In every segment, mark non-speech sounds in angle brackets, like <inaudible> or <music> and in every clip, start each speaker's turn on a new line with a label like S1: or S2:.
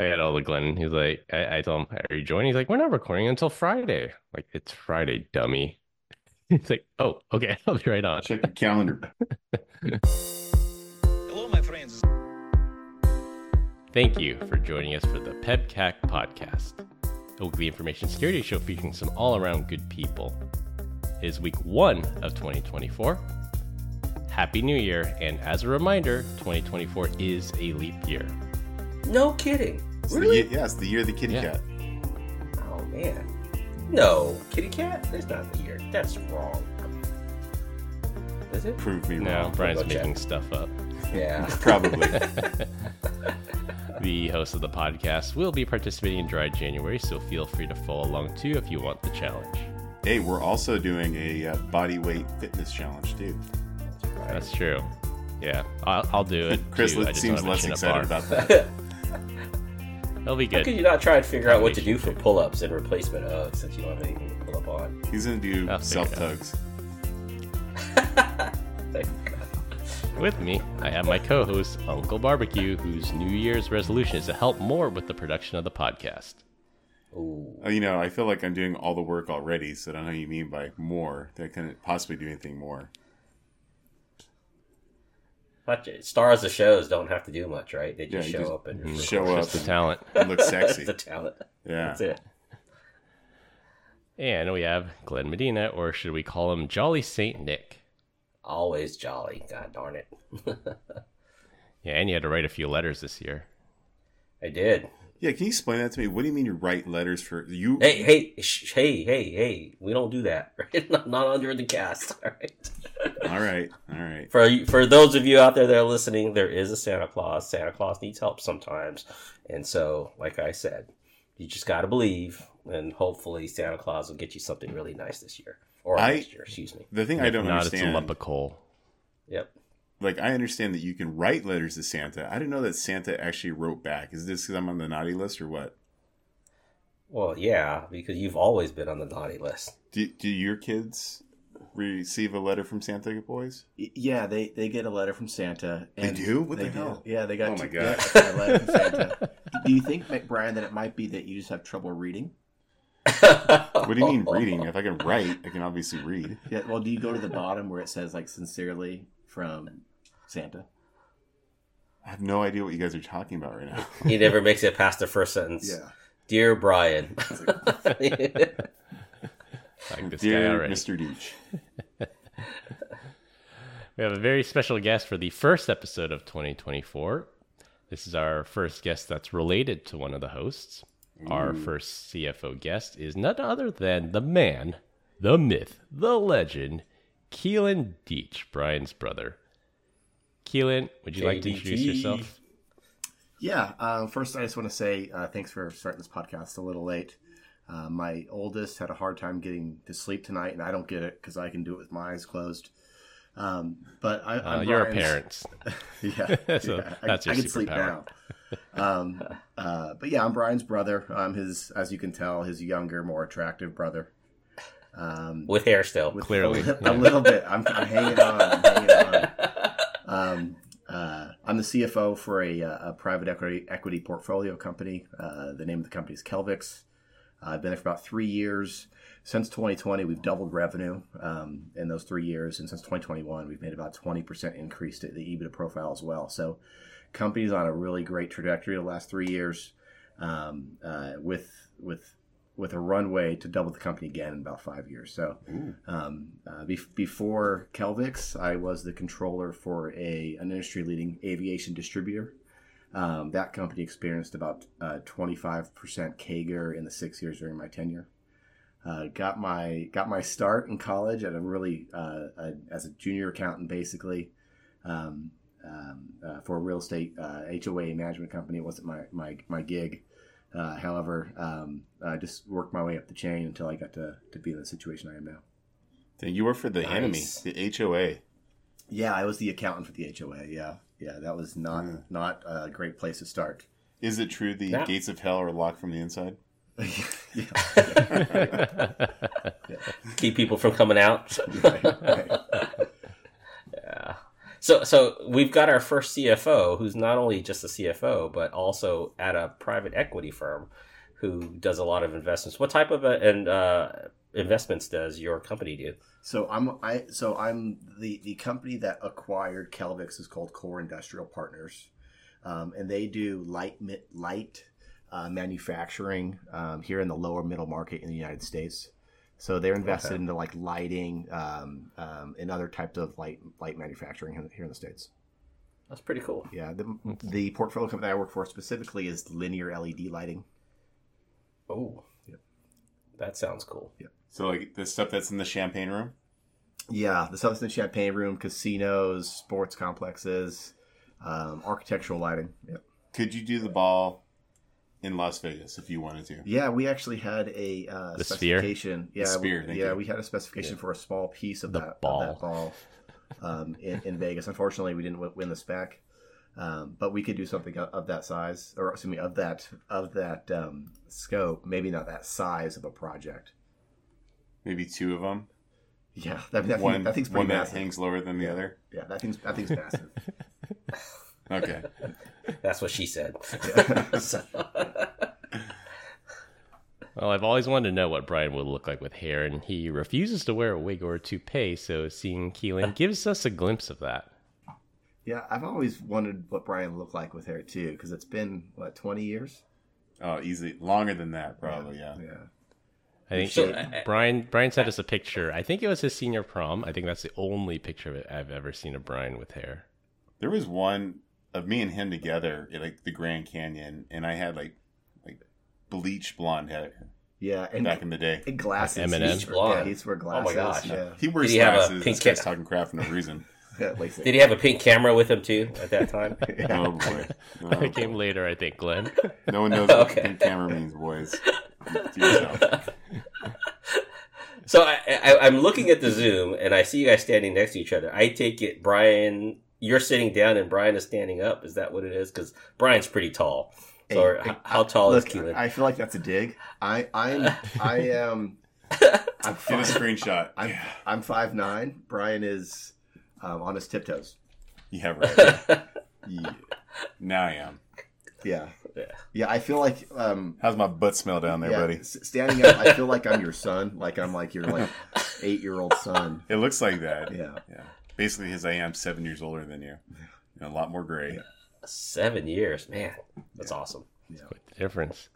S1: I had all the Glenn. He's like, I, I told him, Are you joining? He's like, We're not recording until Friday. I'm like, it's Friday, dummy. <laughs> He's like, Oh, okay, <laughs> I'll be right on.
S2: Check the calendar.
S3: Hello, my friends.
S1: Thank you for joining us for the PEBCAC podcast, a weekly information security show featuring some all around good people. It is week one of 2024. Happy New Year, and as a reminder, 2024 is a leap year.
S4: No kidding.
S2: It's the
S4: Really?
S2: year- yeah, it's the year of the kitty
S1: Yeah.
S2: cat.
S4: Oh man. No, kitty cat. That's not the year. That's wrong. Is it?
S2: Prove me
S1: Now,
S2: wrong.
S1: Brian's
S4: double check.
S1: making stuff up.
S2: <laughs>
S4: Yeah.
S2: Probably.
S1: The host of the podcast will be participating in Dry January, so feel free to follow along too if you want the challenge.
S2: hey, we're also doing a uh, body weight fitness challenge
S1: <laughs>
S2: too.
S1: That's true. Yeah, I'll, I'll do it.
S2: <laughs> Chris
S1: too. I just
S2: seems
S1: don't have
S2: less
S1: a chin-up
S2: excited
S1: bar. <laughs>
S2: about that.
S1: That'll be
S4: How could
S1: good.
S4: you not try and figure out what to do for pull-ups and replacement of since you don't have anything to pull up on?
S2: He's gonna do
S1: I'll figure it out.
S2: self tugs.
S4: Thank God.
S1: With me, I have my co-host Uncle Barbecue, whose New Year's resolution is to help more with the production of the podcast.
S4: <laughs> Ooh.
S2: Oh, you know, I feel like I'm doing all the work already, so I don't know what you mean by more. That couldn't possibly do anything more.
S4: Not ju- Stars of shows don't have to do much, right? They just
S2: Yeah, you
S4: show
S2: just- mm-hmm.
S4: up <laughs> and
S2: Show
S1: Mm-hmm. Just
S2: up
S1: the talent. <laughs>
S2: and look sexy.
S4: the talent.
S2: yeah.
S4: That's it.
S1: And we have Glenn Medina, or should we call him Jolly Saint Nick?
S4: Always jolly. God darn it. <laughs>
S1: Yeah, and you had to write a few letters this year.
S4: I did.
S2: Yeah, can you explain that to me? What do you mean you write letters for you?
S4: Hey, hey, sh- hey, hey, hey. We don't do that, <laughs> right? Not, not under the cast, <laughs> all right?
S2: All right, all right.
S4: For for those of you out there that are listening, there is a Santa Claus. Santa Claus needs help sometimes, and so, like I said, you just got to believe, and hopefully, Santa Claus will get you something really nice this year or
S2: I-
S4: next year. Excuse me.
S2: The thing I
S1: If
S2: don't
S1: not,
S2: understand,
S1: it's a lump of coal.
S4: Yep.
S2: like, I understand that you can write letters to Santa. I didn't know that Santa actually wrote back. Is this because I'm on the naughty list or what?
S4: Well, yeah, because you've always been on the naughty list.
S2: Do, do your kids receive a letter from Santa Boys?
S5: Y- Yeah, they they get a letter from Santa.
S2: They
S5: And
S2: do? What
S5: they
S2: the
S5: do.
S2: hell?
S5: Yeah, they got.
S2: Oh my
S5: two-
S2: God.
S5: yeah, a letter from
S2: <laughs>
S5: Santa. do you think, Mc- Brian, that it might be that you just have trouble reading?
S2: What do you mean reading? If I can write, I can obviously read.
S5: Yeah. Well, do you go to the bottom where it says like "Sincerely from Santa"?
S2: I have no idea what you guys are talking about right now.
S4: <laughs> He never makes it past the first sentence. Dear Brian.
S1: Like this guy
S2: Dear
S1: already.
S2: Mr. Deach.
S1: We have a very special guest for the first episode of 2024. This is our first guest that's related to one of the hosts. Our first CFO guest is none other than the man, the myth, the legend, Keelan Deach, Brian's brother. Keelan, would you like to introduce
S4: JDG.
S1: yourself?
S5: Yeah. Uh, first, I just want to say uh, thanks for starting this podcast a little late. Uh, my oldest had a hard time getting to sleep tonight, and I don't get it because I can do it with my eyes closed. Um, but I,
S1: Uh,
S5: I'm
S1: you're a
S5: Brian's-
S1: parent.
S5: <laughs> yeah,
S1: <laughs> So
S5: yeah,
S1: that's
S5: I,
S1: your
S5: I can sleep
S1: superpower.
S5: now. Um, <laughs> uh, but yeah, I'm Brian's brother. I'm his, as you can tell, his younger, more attractive brother. Um,
S4: <laughs> With hair still.
S5: with
S1: Clearly,
S5: a, li-
S1: yeah.
S5: a little bit. I'm, I'm hanging on. I'm hanging
S1: <laughs>
S5: on. Um, uh, I'm the CFO for a, uh, a private equity equity portfolio company. Uh, the name of the company is Kelvix. Uh, I've been there for about three years. Since 2020, we've doubled revenue um, in those three years, and since 2021, we've made about 20% increase to the EBITDA profile as well. So, company's on a really great trajectory the last three years, um, uh, with with with a runway to double the company again in about five years. So, um, uh, bef- before Kelvix, I was the controller for a an industry leading aviation distributor. Um, that company experienced about twenty five percent CAGR in the six years during my tenure. Uh, got my got my start in college at a really uh, a, as a junior accountant basically um, um, uh, for a real estate uh, HOA management company. It wasn't my my, my gig. Uh, however, um, I just worked my way up the chain until I got to, to be in the situation I am now.
S2: Then you were for the
S4: Nice.
S2: enemy, the HOA.
S5: Yeah, I was the accountant for the HOA. Yeah, yeah, that was not not a great place to start.
S2: Is it true the
S4: Yeah.
S2: gates of hell are locked from the inside?
S5: yeah, <laughs>
S2: <laughs>
S4: Keep people from coming out.
S5: right, right.
S4: So, so we've got our first CFO, who's not only just a CFO, but also at a private equity firm, who does a lot of investments. What type of uh and uh, investments does your company do?
S5: So I'm I so I'm the the company that acquired Kelvix is called Core Industrial Partners, um, and they do light mi- light uh, manufacturing um, here in the lower middle market in the United States. So they're invested
S4: Okay.
S5: into like lighting um, um, and other types of light light manufacturing here- here in the states.
S4: That's pretty cool.
S5: Yeah, the, the portfolio company that I work for specifically is Linear LED Lighting.
S4: Oh,
S5: Yep.
S4: that sounds cool.
S2: So like the stuff that's in the champagne room.
S5: Yeah, the Southern Champagne Room, casinos, sports complexes, um, architectural lighting. Yep.
S2: Could you do the ball in Las Vegas if you wanted to?
S5: Yeah, we actually had a uh,
S1: The sphere?
S5: specification. Yeah,
S2: sphere,
S5: we,
S2: thank
S5: yeah,
S2: you.
S5: we had a specification for a small piece of
S1: The
S5: that
S1: ball.
S5: Of that ball um, in, in Vegas. Unfortunately, we didn't w- win the spec, um, but we could do something of, of that size, or excuse me, of that of that um, scope. Maybe not that size of a project.
S2: Maybe two of them.
S5: Yeah, that, that, thing-
S2: one
S5: that thing's pretty
S2: one that
S5: massive.
S2: hangs lower than the other.
S5: Yeah, that thing's that thing's massive.
S2: Okay.
S4: That's what she said. <laughs>
S5: <laughs>
S4: So-
S1: <laughs> Well, I've always wanted to know what Brian would look like with hair, and he refuses to wear a wig or a toupee, so seeing
S5: <laughs>
S1: Keelan gives us a glimpse of that.
S5: yeah, I've always wondered what Brian looked like with hair too, because it's been what twenty years.
S2: Oh, easy. Longer than that, probably. Yeah.
S5: Yeah.
S1: I think
S4: So,
S1: he-
S4: I- I-
S1: Brian Brian sent us a picture. I think it was his senior prom. I think that's the only picture of it I've ever seen of Brian with hair. <laughs>
S2: There was one of me and him together at like the Grand Canyon, and I had like like bleach blonde hair
S5: Yeah, and,
S2: back in the day.
S5: and glasses.
S1: Like Eminem.
S5: He's- Yeah, he's wear
S4: Oh my
S5: glasses.
S4: gosh.
S5: Yeah.
S2: He wears
S4: Did he have a
S2: glasses.
S4: pink
S2: This guy's
S4: hat?
S2: talking crap for no
S5: <laughs>
S2: reason.
S5: Yeah, LASIK.
S4: Did he have a pink camera with him too at that time? <laughs>
S2: Oh
S5: <laughs>
S2: boy. Oh,
S1: It
S2: boy.
S1: came later, I think, Glenn.
S2: No one knows what
S4: Okay.
S2: pink camera means,
S4: <laughs>
S2: boys. Do yourself.
S4: So I, I, I'm looking at the Zoom and I see you guys standing next to each other. I take it, Brian, you're sitting down and Brian is standing up. Is that what it is? Because Brian's pretty tall. So
S5: Hey,
S4: h-
S5: hey,
S4: how tall
S5: Look,
S4: is Keelan?
S5: I feel like that's a dig. I I'm
S4: <laughs>
S5: I am I'm
S2: Get a
S5: five,
S2: screenshot.
S5: I'm, I'm five nine. Brian is um, on his tiptoes.
S2: Yeah,
S4: <laughs>
S2: right. yeah. Now I am.
S5: Yeah,
S4: Yeah.
S5: yeah. I feel like um,
S2: How's my butt smell down there,
S5: yeah,
S2: buddy?
S5: s- standing up. I feel like I'm your son. Like I'm like your like eight year old son.
S2: It looks like that. Yeah.
S5: Yeah,
S2: Basically, his I am seven years older than you. And a lot more gray.
S5: Yeah.
S4: Seven years. Man, that's awesome.
S1: What difference?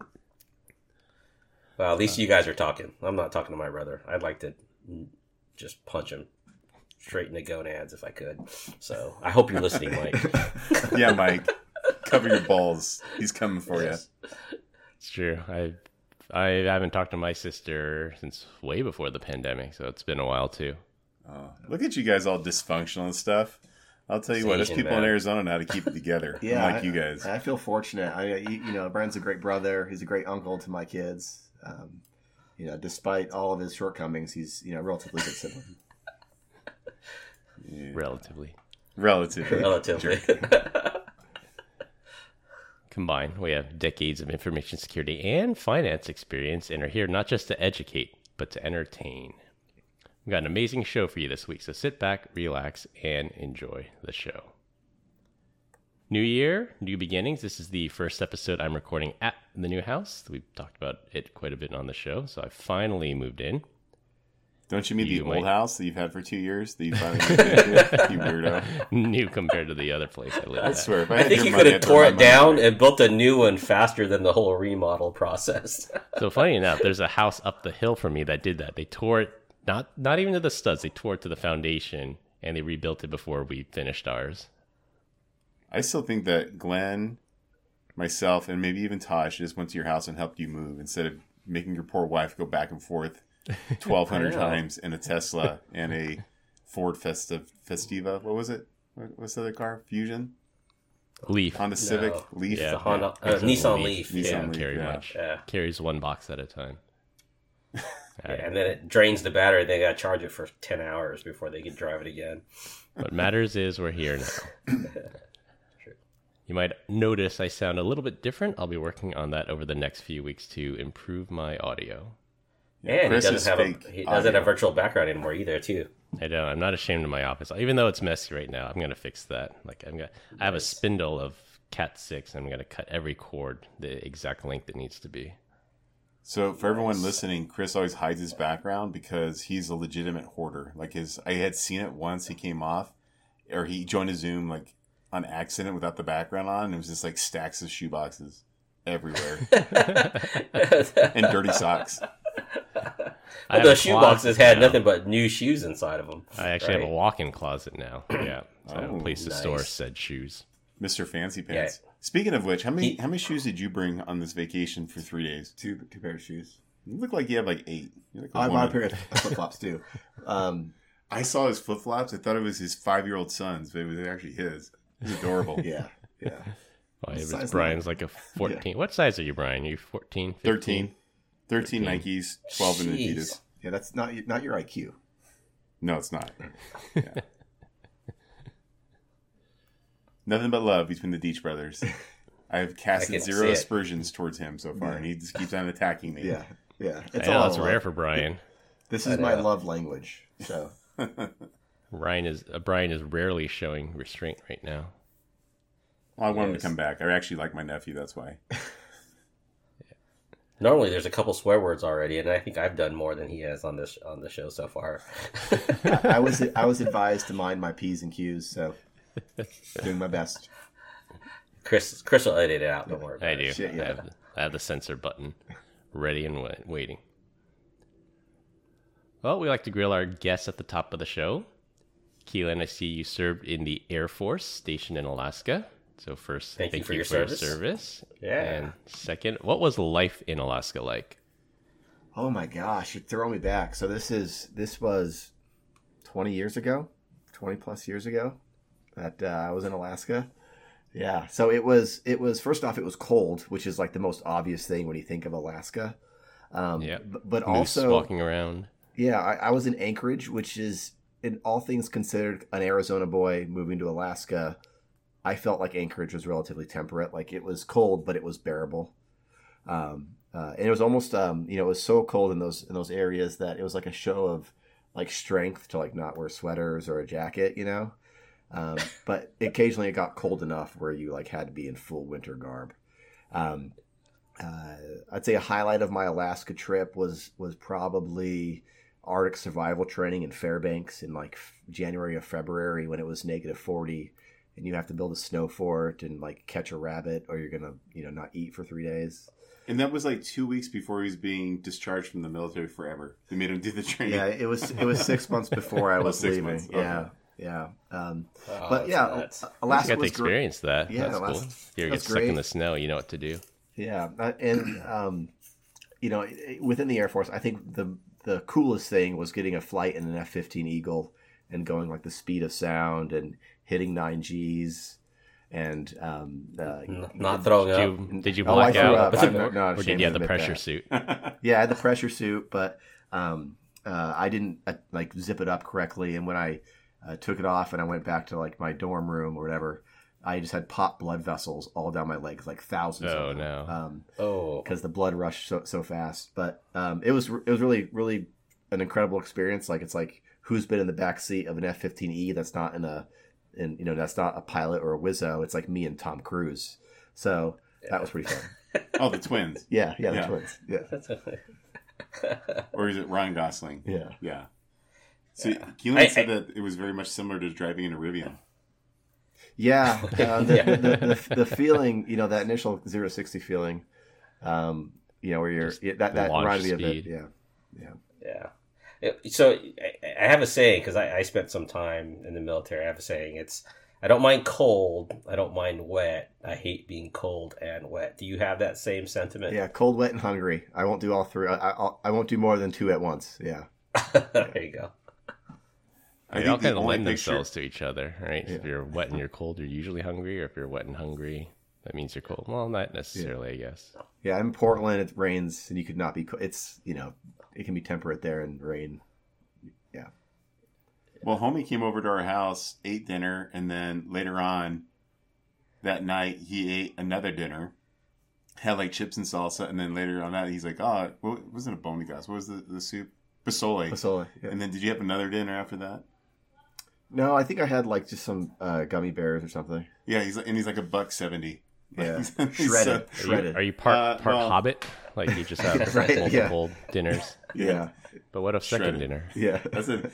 S4: Well, at least you guys are talking. I'm not talking to my brother. I'd like to mm, just punch him straight in the gonads if I could. So I hope you're listening, Mike.
S2: Yeah, Mike. cover your balls. He's coming for
S4: Yes.
S1: It's true. I I haven't talked to my sister since way before the pandemic, so it's been a while too.
S2: you. Oh, look at you guys all dysfunctional and stuff. I'll tell you
S4: It's
S2: what, there's
S4: Asian,
S2: people
S4: man.
S2: in Arizona know how to keep it
S4: <laughs>
S2: together.
S5: yeah.
S2: Unlike
S5: I-
S2: you guys.
S5: I feel fortunate. I you, you know Brian's a great brother. He's a great uncle to my kids. Um, you know, despite all of his shortcomings, he's you know a relatively good sibling.
S2: Yeah.
S1: Relatively.
S2: Relatively.
S4: Relatively. <laughs>
S1: Combined, we have decades of information security and finance experience and are here not just to educate, but to entertain. We've got an amazing show for you this week, so sit back, relax, and enjoy the show. New year, new beginnings. This is the first episode I'm recording at the new house. We've talked about it quite a bit on the show, so I finally moved in. <laughs>
S2: Don't you mean
S1: You
S2: the old
S1: might-
S2: house that you've had for two years that you
S4: <laughs>
S2: finally moved into? You weirdo.
S1: new compared to the other place I
S2: I
S1: lived at.
S2: swear. If I,
S4: I
S2: had
S4: think
S2: your
S4: you
S2: money,
S4: could have
S2: I'd
S4: tore
S2: buy
S4: it
S2: mine.
S4: down and built a new one faster than the whole remodel process. <laughs>
S1: So funny enough, there's a house up the hill from me that did that. They tore it not not even to the studs, they tore it to the foundation and they rebuilt it before we finished ours.
S2: I still think that Glenn, myself, and maybe even Tosh just went to your house and helped you move instead of making your poor wife go back and
S4: <laughs>
S2: forth twelve hundred
S4: I know.
S2: times in a Tesla and a Ford Festa Festiva. What was it? What- What's the other car? Fusion,
S1: Leaf.
S2: Honda Civic,
S4: No.
S2: Leaf.
S1: Yeah.
S4: The Honda, uh,
S1: It's a
S4: Nissan Leaf.
S2: Nissan
S1: yeah,
S4: Yeah.
S2: Leaf,
S1: carry
S2: yeah.
S1: much.
S4: Yeah.
S1: Carries one box at a time.
S4: Yeah, And then it drains the battery. They got to charge it for 10 hours before they can drive it again.
S1: What matters is we're here now.
S4: <laughs>
S1: You might notice I sound a little bit different. I'll be working on that over the next few weeks to improve my audio.
S4: And
S2: Chris
S4: he
S2: is
S4: doesn't have a
S2: fake
S4: he doesn't
S2: audio.
S4: have virtual background anymore either, too. <laughs>
S1: I don't. I'm not ashamed of my office, even though it's messy right now. I'm gonna fix that. Like I'm gonna. I have a spindle of Cat six. And I'm gonna cut every cord the exact length it needs to
S4: <laughs>
S1: be.
S2: So for everyone listening, Chris always hides his background because he's a legitimate hoarder. Like his, I had seen it once. He came off, or he joined a Zoom like on accident without the background on. And it was just like stacks of shoe boxes
S4: <laughs>
S2: everywhere and dirty socks.
S1: I
S4: Well,
S1: have a
S4: the shoe
S1: closet
S4: boxes had
S1: now.
S4: nothing but new shoes inside of them.
S1: I actually have a walk-in closet now. Yeah, so I have
S2: Oh,
S1: a place to store
S4: nice.
S1: said shoes.
S2: Mr. Fancy Pants. Speaking of which, how many how many shoes did you bring on this vacation for three days?
S5: Two two pair of shoes.
S2: You look like you have like eight. You're like a
S5: <laughs> I bought
S2: woman.
S5: a pair of flip flops too. Um,
S2: I saw his flip flops. I thought it was his five year old son's, but it was actually his. It's
S4: <laughs>
S2: adorable.
S5: yeah, yeah.
S1: Well, it
S5: Size
S1: was Brian's like a 14. What size are you, Brian? You 14, 15?
S2: 13, 13 Nikes, 12 in
S4: Jeez.
S2: Adidas.
S5: Yeah, that's not not your IQ.
S2: No, it's
S4: <laughs>
S2: not. Yeah. Nothing but love between the Deach
S4: <laughs>
S2: brothers. I have
S4: I
S2: casted
S4: can
S2: zero
S4: see it.
S2: aspersions towards him so far, and he just keeps on attacking me.
S5: Yeah, yeah.
S1: I
S5: It's
S1: know,
S5: all
S1: it's
S5: love.
S1: rare for Brian.
S5: This is
S4: I
S5: my
S4: know.
S5: love language. So
S1: Ryan is uh, Brian is rarely showing restraint right now.
S2: Well, I want him to
S4: Yes.
S2: come back. I actually like my nephew. That's why.
S4: Normally, there's a couple swear words already, and I think I've done more than he has on this on the show so far. <laughs>
S5: I was I was advised to mind my p's and q's. So doing my best.
S4: Chris, Chris will edit it out. Don't worry. About
S1: I
S4: it.
S1: do.
S5: Uh, Shit,
S1: I,
S5: yeah.
S1: have, I have the sensor button ready and wa- waiting. Well, we like to grill our guests at the top of the show. Keelan, I see you served in the Air Force stationed in Alaska. So first,
S4: Thank you for your service.
S1: service.
S4: Yeah.
S1: And second, what was life in Alaska like?
S5: Oh my gosh, you throw me back. So this is this was twenty years ago, twenty plus years ago, that uh, I was in Alaska. Yeah. So it was it was first off it was cold, which is like the most obvious thing when you think of Alaska. Um,
S1: Yeah.
S5: b- But
S1: Moose
S5: also
S1: walking around.
S5: Yeah, I, I was in Anchorage, which is, in all things considered, an Arizona boy moving to Alaska. I felt like Anchorage was relatively temperate. Like it was cold, but it was bearable. Um, uh, and it was almost, um, you know, it was so cold in those in those areas that it was like a show of like strength to like not wear sweaters or a jacket, you know. Um, <laughs> but occasionally it got cold enough where you like had to be in full winter garb. Um, uh, I'd say a highlight of my Alaska trip was was probably Arctic survival training in Fairbanks in like f- January or February when it was negative forty, and you have to build a snow fort and like catch a rabbit or you're gonna you know not eat for three days.
S2: <laughs> And that was like two weeks before he was being discharged from the military forever. They made him do the training.
S5: Yeah, it was <laughs> it was six months before I
S2: Oh,
S5: was
S2: six
S5: leaving.
S2: months, okay.
S5: Yeah, yeah. Um,
S4: Oh,
S5: but
S4: that's
S5: yeah, uh,
S4: nuts.
S5: Al-
S1: You
S5: Alaska
S1: got to
S5: was great.
S1: experience that.
S5: Yeah,
S1: that's cool.
S5: Alaska-
S1: You ever get
S5: that's
S1: stuck in
S5: great.
S1: the snow, you know what to do.
S5: Yeah, uh, and <clears throat> um, you know, i- within the Air Force, I think the the coolest thing was getting a flight in an F fifteen Eagle and going like the speed of sound and hitting nine Gs and um, uh,
S4: N- not
S5: <laughs>
S4: throwing
S1: Did
S4: up.
S1: you, did you
S5: oh,
S1: black
S5: I threw
S1: out? <laughs>
S5: up. I'm not- not
S1: Or
S5: ashamed
S1: did
S5: to
S1: you have the
S5: admit
S1: pressure
S5: that.
S1: suit?
S5: Yeah, I had the pressure suit, but um, uh, I didn't uh, like zip it up correctly. And when I uh, took it off and I went back to like my dorm room or whatever, I just had pop blood vessels all down my legs, like thousands.
S1: Oh,
S5: of them.
S1: no.
S5: Um, <laughs>
S4: Oh,
S5: because the blood rushed so, so fast. But um, it was it was really really an incredible experience. Like it's like who's been in the back seat of an F fifteen E that's not in a and you know that's not a pilot or a wizzo. It's like me and Tom Cruise. So that was pretty fun.
S2: <laughs> Oh, the twins.
S5: Yeah, yeah, the
S2: Yeah.
S5: twins. Yeah,
S2: Or is it Ryan Gosling?
S5: yeah.
S2: Yeah. So Keelan
S4: I-
S2: said that it was very much similar to driving in a Rivian.
S5: Yeah, uh, the,
S4: Yeah.
S5: The, the, the feeling, you know, that initial zero sixty feeling, um, you know, where you're
S1: Just
S5: yeah, that
S1: the
S5: that
S1: launch
S5: reminded me of it.
S1: speed.
S5: Yeah,
S4: <laughs> yeah. It- So I- I have a saying because I, I spent some time in the military. I have a saying. It's I don't mind cold. I don't mind wet. I hate being cold and wet. Do you have that same sentiment?
S5: yeah, cold, wet, and hungry. I won't do all three. I, I I won't do more than two at once. Yeah,
S4: <laughs> there you go. <laughs>
S2: I
S1: they all
S2: the
S1: kind of
S2: only
S1: lend
S2: picture-
S1: themselves to each other, right?
S5: Yeah.
S1: If you're wet and you're cold, you're usually hungry. Or if you're wet and hungry, that means you're cold. Well, not necessarily, I guess.
S5: yeah. In Portland, it rains, and you could not be. co- It's you know, it can be temperate there and rain.
S2: Well, homie came over to our house, ate dinner, and then later on that night he ate another dinner, had like chips and salsa, and then later on that he's like, "Oh, what wasn't a bone glass? What was the, the soup? Basoli.
S5: Basoli. yeah.
S2: And then did you have another dinner after that?
S5: No, I think I had like just some uh, gummy bears or something.
S2: Yeah, he's and he's like a buck seventy. <laughs>
S5: Yeah.
S2: He's- he's,
S5: Shredded.
S2: uh,
S1: Are you,
S5: Shredded.
S1: are you part
S2: Uh,
S1: part
S2: well-
S1: hobbit? Like you
S2: <laughs>
S1: just have
S5: Right, yeah.
S1: multiple dinners.
S5: yeah.
S1: But what a second
S2: Shredded.
S1: dinner?
S5: Yeah.
S2: That's a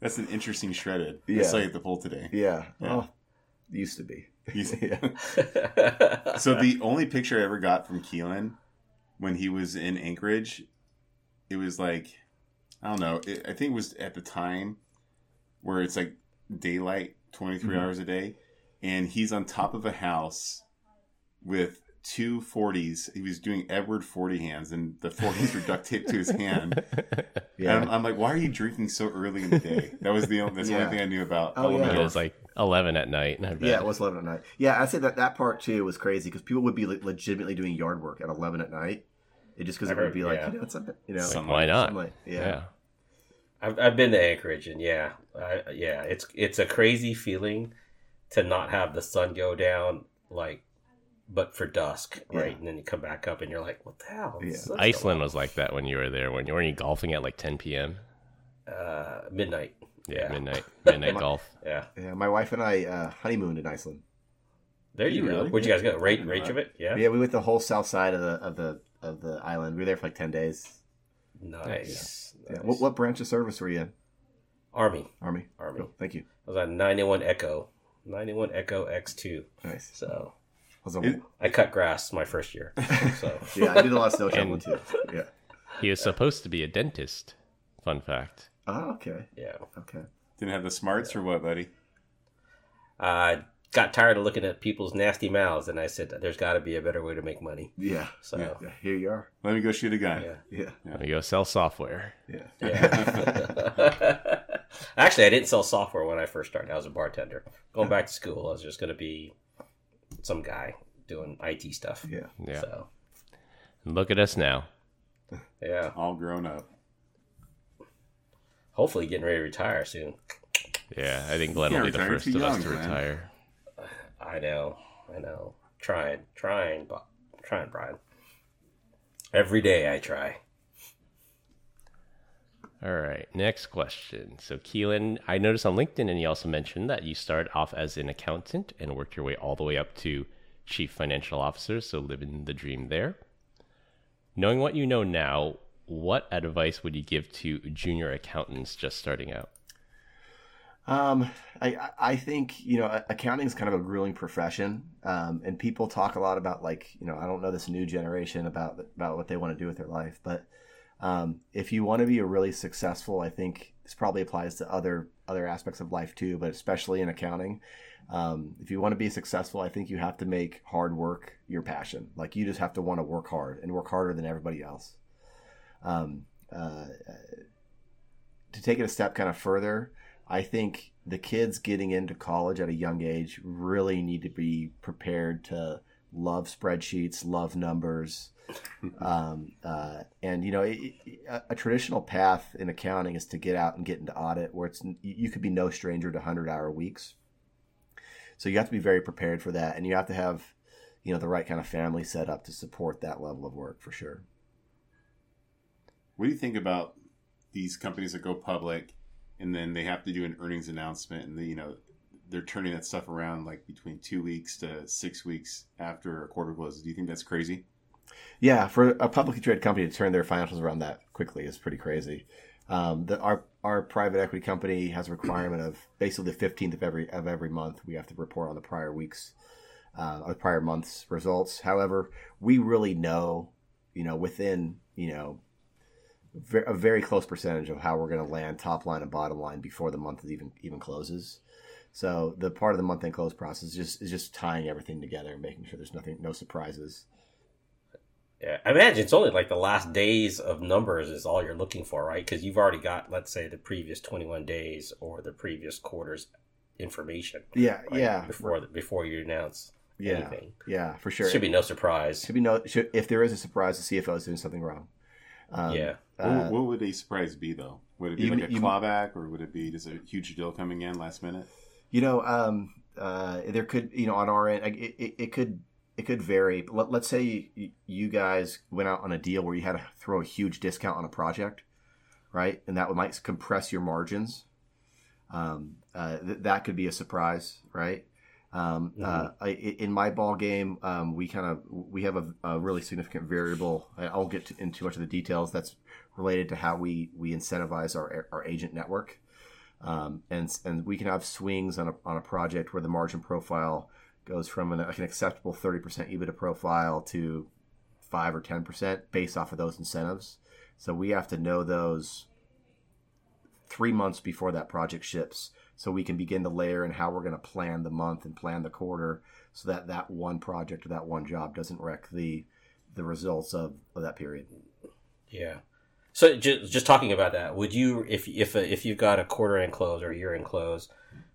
S2: that's an interesting shredded.
S5: Yeah.
S2: I saw you at the pool today.
S5: <laughs> Yeah.
S2: Yeah.
S5: Oh, used to be. <laughs>
S2: He's-
S5: Yeah.
S2: so the only picture I ever got from Keelan when he was in Anchorage, it was like I don't know. It, I think it was at the time where it's like daylight, twenty
S5: Mhm.
S2: hours a day, and he's on top of a house with two 40s. He was doing Edward forty hands, and the forties were duct taped to his hand.
S5: Yeah.
S2: And I'm, I'm like, why are you drinking so early in the day? That was the only, that's the
S5: Yeah.
S2: only thing I knew about.
S5: Oh,
S2: Elemental.
S1: It was like eleven at night. I bet.
S5: yeah, it was 11 at night. Yeah, I'd say that that part too was crazy because people would be like, legitimately doing yard work at 11 at night. It just because
S4: I
S5: it would
S4: heard-
S5: be like,
S4: yeah.
S5: you know, it's a bit, you know,
S1: Like,
S2: Something
S1: why
S2: like-
S1: not?
S5: something like-
S1: yeah.
S5: yeah.
S4: I've, I've been to Anchorage, and yeah, I, yeah, it's it's a crazy feeling to not have the sun go down, like, but for dusk, right?
S5: Yeah.
S4: And then you come back up, and you're like, what the hell?
S5: Yeah.
S4: Sun's
S1: Iceland was like that when you were there. When you were you golfing at like ten p.m.
S4: still- uh, midnight.
S1: Yeah,
S4: Yeah.
S1: midnight,
S2: <laughs>
S1: midnight golf.
S4: Yeah,
S5: Yeah, my wife and I uh, honeymooned in Iceland.
S4: there you
S2: You
S4: go.
S2: really?
S4: Where'd you guys go? Rate
S5: Yeah.
S4: Reykjavik? Yeah,
S5: Yeah. we went the whole south side of the of the of the island. We were there for like ten days.
S4: nice.
S5: Yeah.
S4: nice.
S5: What, what branch of service were you in?
S4: Army?
S5: Army.
S4: Army.
S5: Cool. Thank you.
S4: I was on 91 Echo, 91 Echo X2.
S5: Nice.
S4: So
S5: Was a-
S2: It-
S4: I cut grass my first year. So
S5: <laughs> yeah, I did a
S4: <laughs>
S5: lot of snow shoveling too. Yeah.
S1: He was supposed to be a dentist. Fun fact.
S5: Oh, okay.
S4: yeah,
S5: Okay.
S2: Didn't have the smarts or what, buddy?
S4: I got tired of looking at people's nasty mouths, and I said, "There's got to be a better way to make money." <laughs>
S5: Yeah.
S4: So
S2: Yeah.
S5: yeah. Here you are.
S2: Let me go shoot a gun.
S4: yeah.
S5: Yeah.
S1: Let me go sell software.
S5: Yeah.
S4: Yeah. Actually, I didn't sell software when I first started. I was a bartender. Going back to school, I was just going to be some guy doing IT stuff.
S5: <laughs> Yeah.
S1: Yeah.
S4: So,
S1: And look at us now.
S4: yeah.
S2: All grown up.
S4: Hopefully, getting ready to retire soon.
S1: Yeah, I think Glenn
S2: Yeah,
S1: will be the
S2: retired
S1: first
S2: too
S1: of us
S2: young,
S1: to
S2: man.
S1: retire.
S4: I know. I know. Trying, trying, Bo- trying, Brian. Every day I try.
S1: All right, next question. So, Keelan, I noticed on LinkedIn, and you also mentioned that you started off as an accountant and worked your way all the way up to chief financial officer. So, living the dream there. Knowing what you know now, what advice would you give to junior accountants just starting out?
S5: Um, I- I, I think, you know, accounting is kind of a grueling profession. Um, and people talk a lot about like, you know, I don't know this new generation about, about what they want to do with their life, but, um, if you want to be a really successful, I think this probably applies to other, other aspects of life too, but especially in accounting. Um, if you want to be successful, I think you have to make hard work your passion. Like you just have to want to work hard and work harder than everybody else. Um, uh, to take it a step kind of further, I think the kids getting into college at a young age really need to be prepared to love spreadsheets, love numbers. um, uh, and you know, it, it- a, a traditional path in accounting is to get out and get into audit, where it's you you could be no stranger to hundred-hour weeks. So you have to be very prepared for that, and you have to have, you know, the right kind of family set up to support that level of work for sure.
S2: What do you think about these companies that go public and then they have to do an earnings announcement and you know they're turning that stuff around like between two weeks to six weeks after a quarter closes? Do you think that's crazy?
S5: Yeah, for a publicly traded company to turn their financials around that quickly is pretty crazy. Um, the, our our private equity company has a requirement of basically the fifteenth of every of every month we have to report on the prior week's uh, or prior month's results. However, we really know, you know, within you know ver- a very close percentage of how we're going to land top line and bottom line before the month is even even closes. So the part of the month end close process is just is just tying everything together and making sure there's nothing no surprises.
S4: Yeah, I imagine it's only like the last days of numbers is all you're looking for, right? Because you've already got, let's say, the previous 21 days or the previous quarter's information.
S5: Yeah,
S4: right,
S5: yeah,
S4: Before the, before you announce
S5: yeah.
S4: anything,
S5: Yeah, for sure.
S4: should be no surprise.
S5: Should be no. Should, if there is a surprise, the CFO is doing something wrong. Um,
S4: yeah,
S2: What,
S5: uh,
S2: what would a surprise be though? Would it be
S5: Even-
S2: like a
S5: even-
S2: clawback or would it be just a huge deal coming in last minute?
S5: you know, um, uh, there could you know on our end, like, it, it, it could it could vary. Let, let's say you, you guys went out on a deal where you had to throw a huge discount on a project. right? And that would, might compress your margins. Um, uh, th- that could be a surprise, right? Um, uh, I, in my ball game, um, we kind of we have a, a really significant variable. I I won't get to, into much of the details. That's related to how we we incentivize our our agent network, um, and and we can have swings on a on a project where the margin profile goes from an, like an acceptable thirty percent EBITDA profile to five or ten percent based off of those incentives. So we have to know those three months before that project ships so we can begin to layer in how we're going to plan the month and plan the quarter so that that one project or that one job doesn't wreck the the results of, of that period
S4: Yeah. So just, just talking about that, would you if if uh, if you've got a quarter end close or a year end close,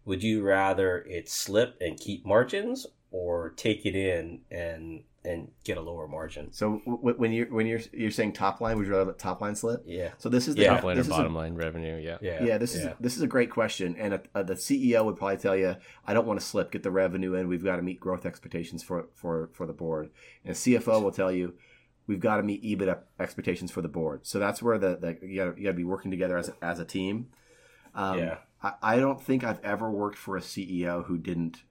S4: would you rather it slip and keep margins or take it in and and get a lower margin?
S5: so w- when you're when you're you're saying top line would you rather let top line slip
S4: Yeah.
S5: so this is the
S4: Yeah.
S1: Top line or
S5: this is a-
S1: bottom line revenue. Yeah.
S4: Yeah.
S5: yeah this is this is a great question and a, a, the ceo would probably tell you i don't want to slip get the revenue in we've got to meet growth expectations for for for the board and cfo will tell you we've got to meet ebitda expectations for the board so that's where the, the you got to you got to be working together as a, as a team um,
S4: yeah.
S5: I, I don't think I've ever worked for a CEO who didn't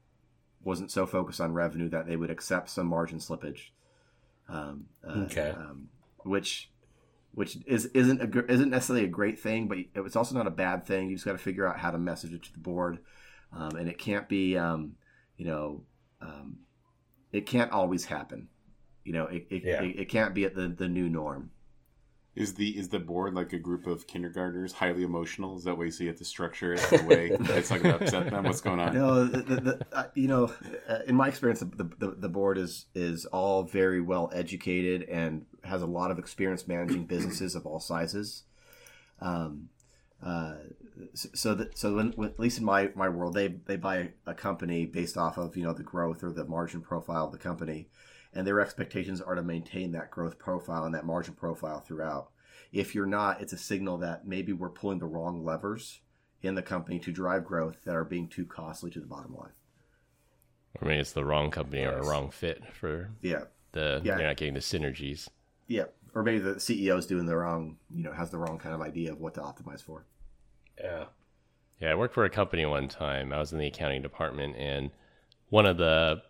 S5: wasn't so focused on revenue that they would accept some margin slippage. Um, uh,
S4: Okay.
S5: Um, which which is isn't a, gr- isn't necessarily a great thing, but it's also not a bad thing. You just got to figure out how to message it to the board, um, and it can't be um, you know um, it can't always happen. You know, it it,
S4: Yeah.
S5: it, it can't be at the, the new norm.
S2: Is the is the board like a group of kindergartners, highly emotional? Is that way? So you have to structure it in a
S1: <laughs>
S2: way that's not going to upset them. What's going on?
S5: No, the, the, the, uh, you know, uh, in my experience, the, the, the board is is all very well educated and has a lot of experience managing businesses of all sizes. Um, uh, so so, that, so when, when, at least in my, my world, they they buy a company based off of you know the growth or the margin profile of the company, and their expectations are to maintain that growth profile and that margin profile throughout. If you're not, it's a signal that maybe we're pulling the wrong levers in the company to drive growth that are being too costly to the bottom line.
S1: I mean, it's the wrong company or a
S4: Nice.
S1: wrong fit for
S5: Yeah,
S1: the.
S5: Yeah.
S1: You're not getting the synergies.
S5: yeah. Or maybe the CEO is doing the wrong, you know, has the wrong kind of idea of what to optimize for.
S4: Yeah.
S1: Yeah, I worked for a company one time. I was in the accounting department, and one of the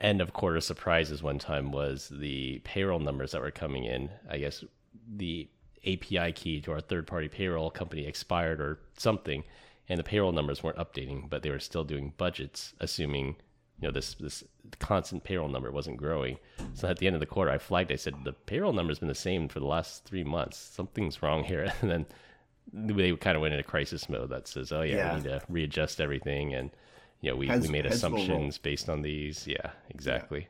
S1: end of quarter surprises one time was the payroll numbers that were coming in. I guess the API key to our third party payroll company expired or something, and the payroll numbers weren't updating, but they were still doing budgets, assuming you know this this constant payroll number wasn't growing. So at the end of the quarter, I flagged. I said the payroll number's been the same for the last three months. Something's wrong here, <laughs> and then they kind of went into crisis mode that says, "Oh yeah,
S5: Yeah.
S1: we need to readjust everything," and you know we,
S5: Heads-
S1: we made
S5: heads will roll.
S1: assumptions based on these. Yeah, exactly.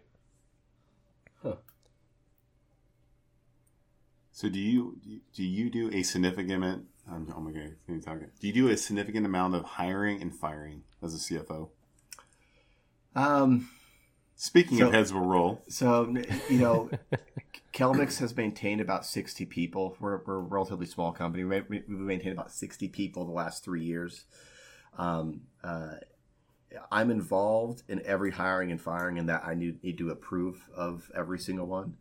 S2: So do you do you do a significant? Um, oh my god, let me talk. Do you do a significant amount of hiring and firing as a CFO?
S5: Um,
S2: Speaking
S5: So-
S2: of heads will roll.
S5: so you know, Kelvix has maintained about sixty people. We're, we're a relatively small company. We, we, we've maintained about sixty people the last three years. Um, uh, I'm involved in every hiring and firing, and that I need, need to approve of every single one.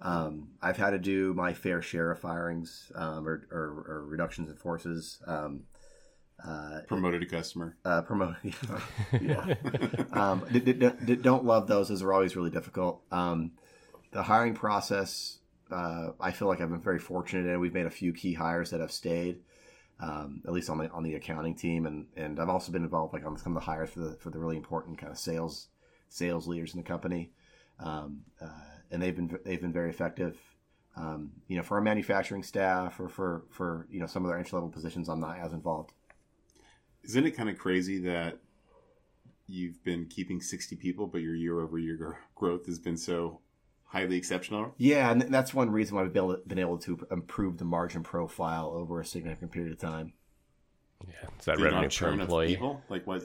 S5: Um, I've had to do my fair share of firings um, or, or, or reductions in forces. Um, uh,
S2: Promoted a customer. <laughs>
S5: uh, promote. <laughs>
S1: <laughs>
S5: yeah. um, d- d- d- don't love those. Those are always really difficult. Um, the hiring process, uh, I feel like I've been very fortunate in. We've made a few key hires that have stayed, um, at least on the on the accounting team, and and I've also been involved like on some of the hires for the for the really important kind of sales sales leaders in the company, um, uh, and they've been they've been very effective. Um, you know, for our manufacturing staff or for for you know some of their entry level positions, I'm not as involved.
S2: Isn't it kind of crazy that you've been keeping sixty people, but your year over year gro- growth has been so highly exceptional?
S5: Yeah, and that's one reason why we've been able, been able to improve the margin profile over a significant period of time.
S1: Yeah, it's that
S2: Do you not
S1: revenue per
S2: churn of
S1: employee.
S2: people? Like what?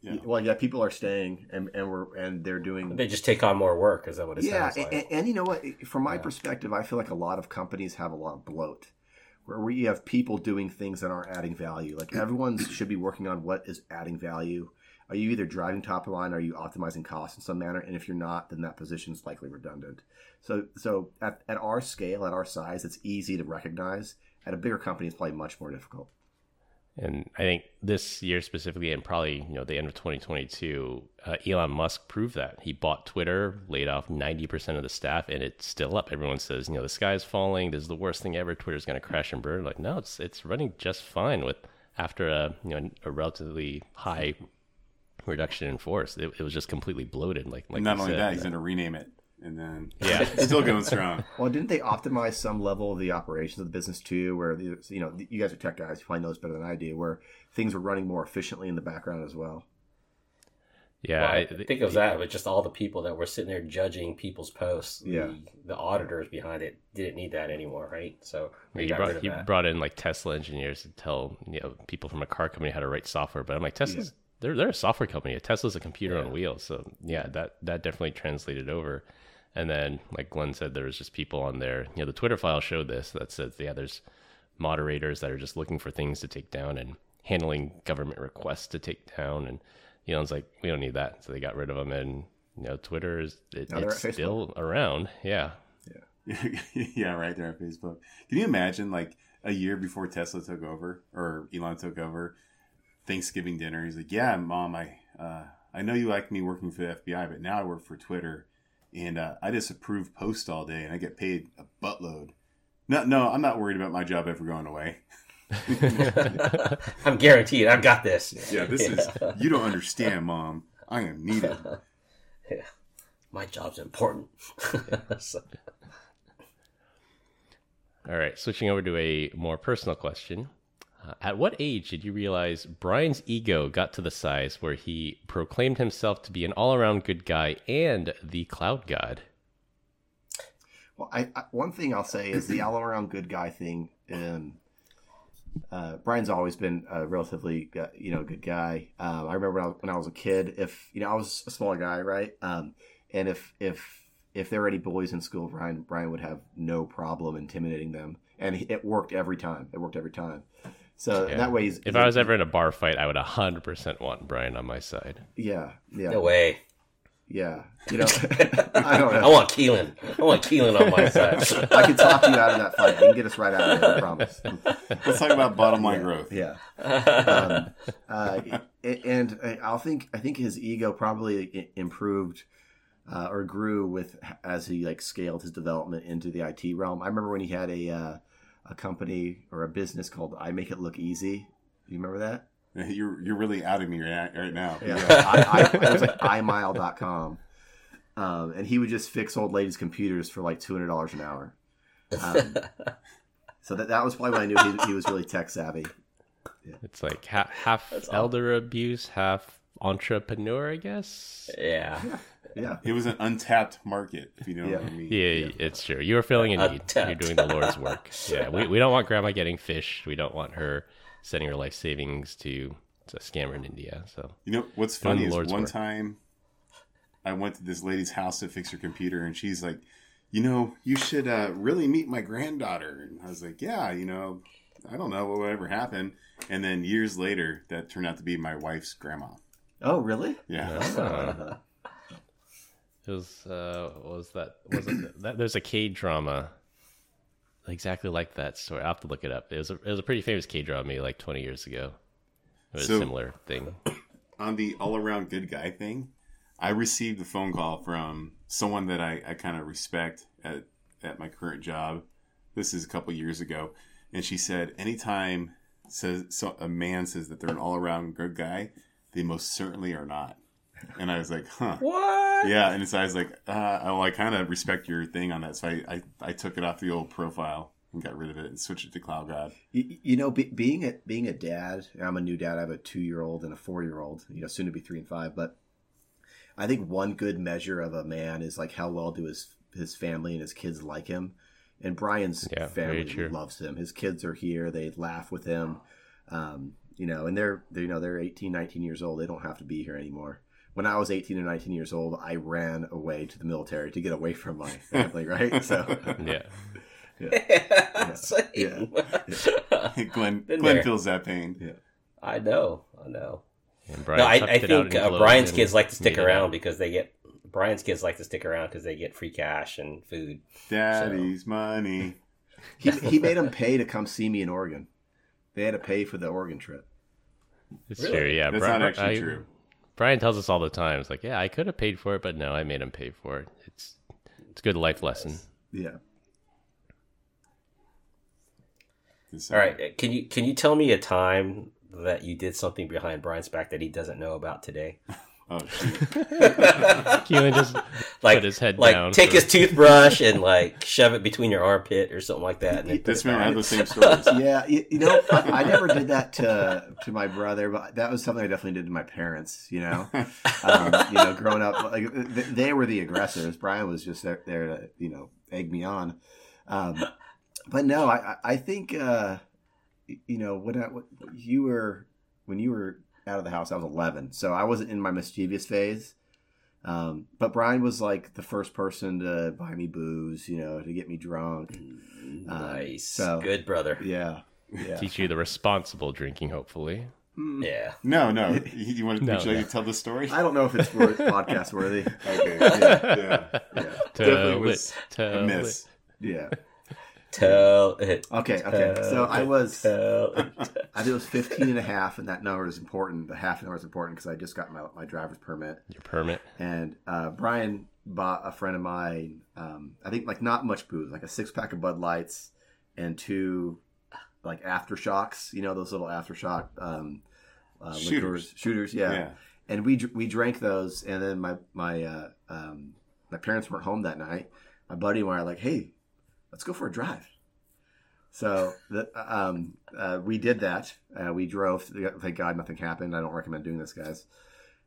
S2: Yeah.
S5: Well, yeah, people are staying, and, and we're and they're doing.
S4: They just take on more work. Is that what it
S5: yeah,
S4: sounds
S5: and,
S4: like?
S5: and, and you know what? From my
S4: Yeah.
S5: perspective, I feel like a lot of companies have a lot of bloat, where we have people doing things that aren't adding value. Like
S4: <clears throat>
S5: everyone should be working on what is adding value. Are you either driving top line? Or are you optimizing costs in some manner? And if you're not, then that position is likely redundant. So, so at, at our scale, at our size, it's easy to recognize At a bigger company, it's probably much more difficult.
S1: And I think this year specifically, and probably you know the end of 2022, uh, Elon Musk proved that he bought Twitter, laid off 90% of the staff, and it's still up. Everyone says you know the sky is falling. This is the worst thing ever. Twitter's going to crash and burn. Like no, it's it's running just fine with after a you know a relatively high reduction in force. It, it was just completely bloated. Like like
S2: not
S1: you
S2: only
S1: said. uh,
S2: that, he's going to rename it, and then <laughs>
S1: Yeah.
S2: still going strong. <laughs>
S5: Well, didn't they optimize some level of the operations of the business too, where the- you know you guys are tech guys, you probably know this better than I do, where things were running more efficiently in the background as well.
S1: yeah.
S4: Well,
S1: I,
S4: think of that, but just all the people that were sitting there judging people's posts.
S5: Yeah.
S4: The, the auditors behind it didn't need that anymore, right? So they
S1: He
S4: got rid
S1: brought,
S4: of
S1: he
S4: that.
S1: brought in like Tesla engineers to tell you know people from a car company how to write software, but I'm like Tesla's they're they're a software company. Tesla's a computer on wheels, so yeah, that that definitely translated over. And then like Glenn said, there was just people on there. You know, the Twitter file showed this that said yeah, there's moderators that are just looking for things to take down and handling government requests to take down. And you know, it's like we don't need that, so they got rid of them. And you know, Twitter is it,
S5: Now they're
S1: it's
S5: at Facebook.
S1: still around. Yeah,
S2: yeah, right there on Facebook. Can you imagine like a year before Tesla took over or Elon took over Thanksgiving dinner? He's like, "Yeah, mom, I uh, I know you like me working for the FBI, but now I work for Twitter, and uh, I just approve posts all day, and I get paid a buttload." No, no, I'm not worried about my job ever going away.
S4: <laughs> I'm guaranteed. I've got this.
S2: Yeah, this is <laughs> you don't understand, mom. I'm gonna need it.
S4: <laughs> my job's important. <laughs> So-
S1: All right, switching over to a more personal question. Uh, at what age did you realize Brian's ego got to the size where he proclaimed himself to be an all around good guy and the cloud god?
S5: Well, I, I one thing I'll say is the all around good guy thing. Um, uh, Brian's always been a relatively uh, you know good guy. Um, I remember when I, when I was a kid, if you know I was a small guy, right? Um, and if if if there were any bullies in school, Brian Brian would have no problem intimidating them, and he- it worked every time. It worked every time. So
S1: Yeah.
S5: that way, he's,
S1: If I was ever in a bar fight, I would 100% want Brian on my side.
S5: yeah, yeah,
S4: no way.
S5: yeah, you know, <laughs> I don't
S4: I
S5: know.
S4: want Keelan. I want Keelan on my side.
S5: <laughs> I can talk you out of that fight. You can get us right out of there. I promise.
S2: Let's talk <laughs> about bottom line growth.
S5: Yeah. um, uh, a- and I- I'll think I think his ego probably i- improved uh, or grew with as he like scaled his development into the IT realm. I remember when he had a uh, a company or a business called I Make It Look Easy. You remember that?
S2: <laughs> You're you're really out of me right right now.
S5: I, I, it was like imile.com. Um, and he would just fix old ladies' computers for like two hundred dollars an hour. Um, so that that was probably when I knew he, he was really tech savvy.
S1: It's like ha- half
S4: That's
S1: elder abuse, half entrepreneur, I guess.
S4: <laughs> yeah.
S5: <laughs> Yeah.
S2: It was an untapped market, if you know what I
S5: Yeah.
S2: mean.
S1: Yeah, it's true. You are filling a
S4: A
S1: need.
S4: tap.
S1: You're doing the Lord's work. Yeah, we, we don't want grandma getting fish. We don't want her sending her life savings to, to a scammer in India. So.
S2: You know what's
S1: Doing
S2: funny
S1: the
S2: is
S1: Lord's
S2: one
S1: work.
S2: time I went to this lady's house to fix her computer, and she's like, "You know, you should uh, really meet my granddaughter." And I was like, "Yeah, you know, I don't know what would ever happen." And then years later, that turned out to be my wife's grandma.
S5: Oh, really?
S2: Yeah,
S1: Uh, <laughs> It was uh what was that was it that there's a K drama exactly like that story. I will have to look it up. It was a it was a pretty famous K drama maybe like 20 years ago. It was
S2: So-
S1: a similar thing.
S2: on the all around good guy thing, I received a phone call from someone that I, I kind of respect at, at my current job. This is a couple years ago. And she said, anytime says so a man says that they're an all around good guy, they most certainly are not. And I was like, huh.
S4: What?
S2: Yeah. And so I was like, uh, oh, I kind of respect your thing on that. So I, I, I took it off the old profile and got rid of it and switched it to Cloud God.
S5: You, you know, be, being a being a dad, and I'm a new dad. I have a two year old and a four year old. You know, soon to be three and five. But I think one good measure of a man is like how well do his his family and his kids like him. And Brian's
S1: Yeah, very
S5: family
S1: true.
S5: loves him. His kids are here. They laugh with him. Um, you know, and they're, they you know they're 18, 19 years old. They don't have to be here anymore. When I was 18 or 19 years old, I ran away to the military to get away from my family. <laughs> right? So
S1: Yeah.
S4: <laughs> Same.
S2: <laughs> Glenn,
S4: Been
S2: Glenn
S4: there.
S2: feels that pain.
S4: <laughs> I know. I know.
S1: And
S4: no, I,
S1: sucked
S4: I
S1: it out
S4: think
S1: and
S4: uh,
S1: glowed
S4: Brian's
S1: and
S4: kids like to stick
S1: made it
S4: around
S1: out.
S4: because they get Brian's kids like to stick around because they get free cash and food.
S2: Daddy's money.
S5: He, he made them pay to come see me in Oregon. They had to pay for the Oregon trip.
S1: It's
S4: Really?
S1: true. Yeah,
S2: That's
S1: Bri-
S2: not actually
S1: I-
S2: true.
S1: Brian tells us all the time. It's like, yeah, I could have paid for it, but no, I made him pay for it. It's it's a good life lesson.
S5: Yeah.
S2: This- uh,
S4: All right, uh, can you can you tell me a time that you did something behind Brian's back that he doesn't know about <laughs> today?
S2: Oh, shoot.
S1: Keelan just
S4: Like
S1: put his head
S4: like
S1: down.
S4: take
S1: for-
S4: his toothbrush and <laughs> like shove it between your armpit or something like that. And then put
S2: This
S4: it
S2: man
S4: back. <laughs>
S2: had the same stories.
S5: Yeah. You, you know, I, I never did that to to my brother, but that was something I definitely did to my parents. You know, um, you know, growing up, like th- they were the aggressors. Brian was just there, there to you know egg me on. Um, but no, I I I think uh, y- you know when I when you were when you were out of the house, I was 11, so I wasn't in my mischievous phase. Um, but Brian was like the first person to buy me booze, you know, to get me drunk.
S4: Nice,
S5: so-
S4: good brother.
S5: Yeah,
S1: <laughs>
S5: yeah.
S1: teach you the responsible drinking. Hopefully,
S5: Hmm.
S4: Yeah,
S2: No, no. You, you want to,
S1: No,
S2: would you like
S1: no.
S2: to tell the story?
S5: I don't know if it's worth <laughs> podcast worthy.
S2: Okay.
S1: <laughs>
S2: Yeah. yeah.
S5: Yeah,
S1: to
S2: Definitely was
S1: wit, to
S2: A miss.
S5: yeah.
S4: tell
S5: <laughs>
S4: it.
S5: Okay, okay. So I
S4: tell
S5: was,
S4: tell it.
S5: I think it was 15 and a half, and that number is important. The half number is important because I just got my, my driver's permit.
S1: your permit.
S5: And uh, Brian bought a friend of mine, um, I think, like, not much booze, like a six pack of Bud Lights and two, like, aftershocks, you know, those little aftershock um, uh,
S2: Shooters.
S5: liquors, shooters, yeah.
S2: Yeah.
S5: and we dr- we drank those, and then my my uh, um, my parents weren't home that night. My buddy and I were like, "Hey, let's go for a drive." So the, um, uh, we did that. Uh, we drove. Thank God, nothing happened. I don't recommend doing this, guys.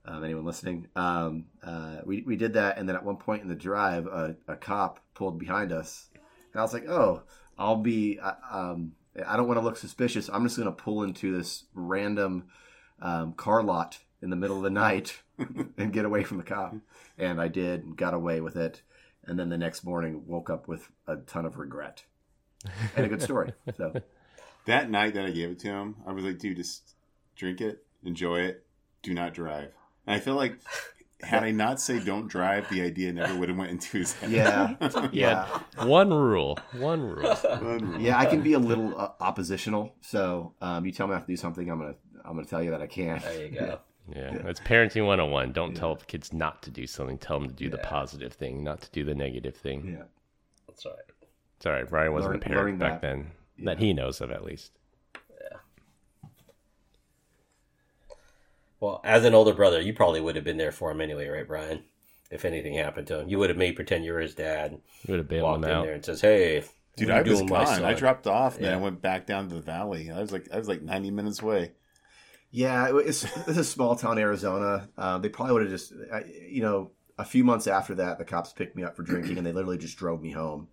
S5: Um, anyone listening? Um, uh, we we did that, and then at one point in the drive, a, a cop pulled behind us, and I was like, "Oh, I'll be. I, um, I don't want to look suspicious. I'm just going to pull into this random um, car lot in the middle of the night <laughs> and get away from the cop." And I did, and got away with it. And then the next morning, woke up with a ton of regret and a good story. So
S2: That night that I gave it to him, I was like, dude, just drink it, enjoy it, do not drive. And I feel like had I not say don't drive, the idea never would have went into his head.
S5: yeah, yeah,
S1: One rule. One rule.
S2: <laughs> Unreal.
S5: yeah. I can be a little uh, oppositional. So um, you tell me I have to do something, I'm gonna I'm gonna tell you that I can't.
S4: There you go.
S1: Yeah, that's parenting 101. Don't tell kids not to do something. Tell them to do the positive thing, not to do the negative thing.
S5: Yeah.
S4: That's all right.
S1: It's all right. Brian wasn't
S5: Learn-
S1: a parent
S5: learning
S1: back
S5: that.
S1: then, that he knows of at least.
S4: Well, as an older brother, you probably would have been there for him anyway, right, Brian? If anything happened to him, you would have made pretend you were his dad,
S1: He would have bailed
S4: walked
S1: him
S4: in
S1: out.
S4: there and says, "Hey, what
S2: Dude,
S4: are
S2: I
S4: you
S2: was
S4: doing, my
S2: gone. I
S4: son?"
S2: dropped off, and then I
S4: Yeah.
S2: went back down to the valley. I was like, I was like ninety minutes away.
S5: Yeah, it- it's this is small town Arizona. Uh, they probably would have just, I, you know, a few months after that, the cops picked me up for drinking, and they literally just drove me home.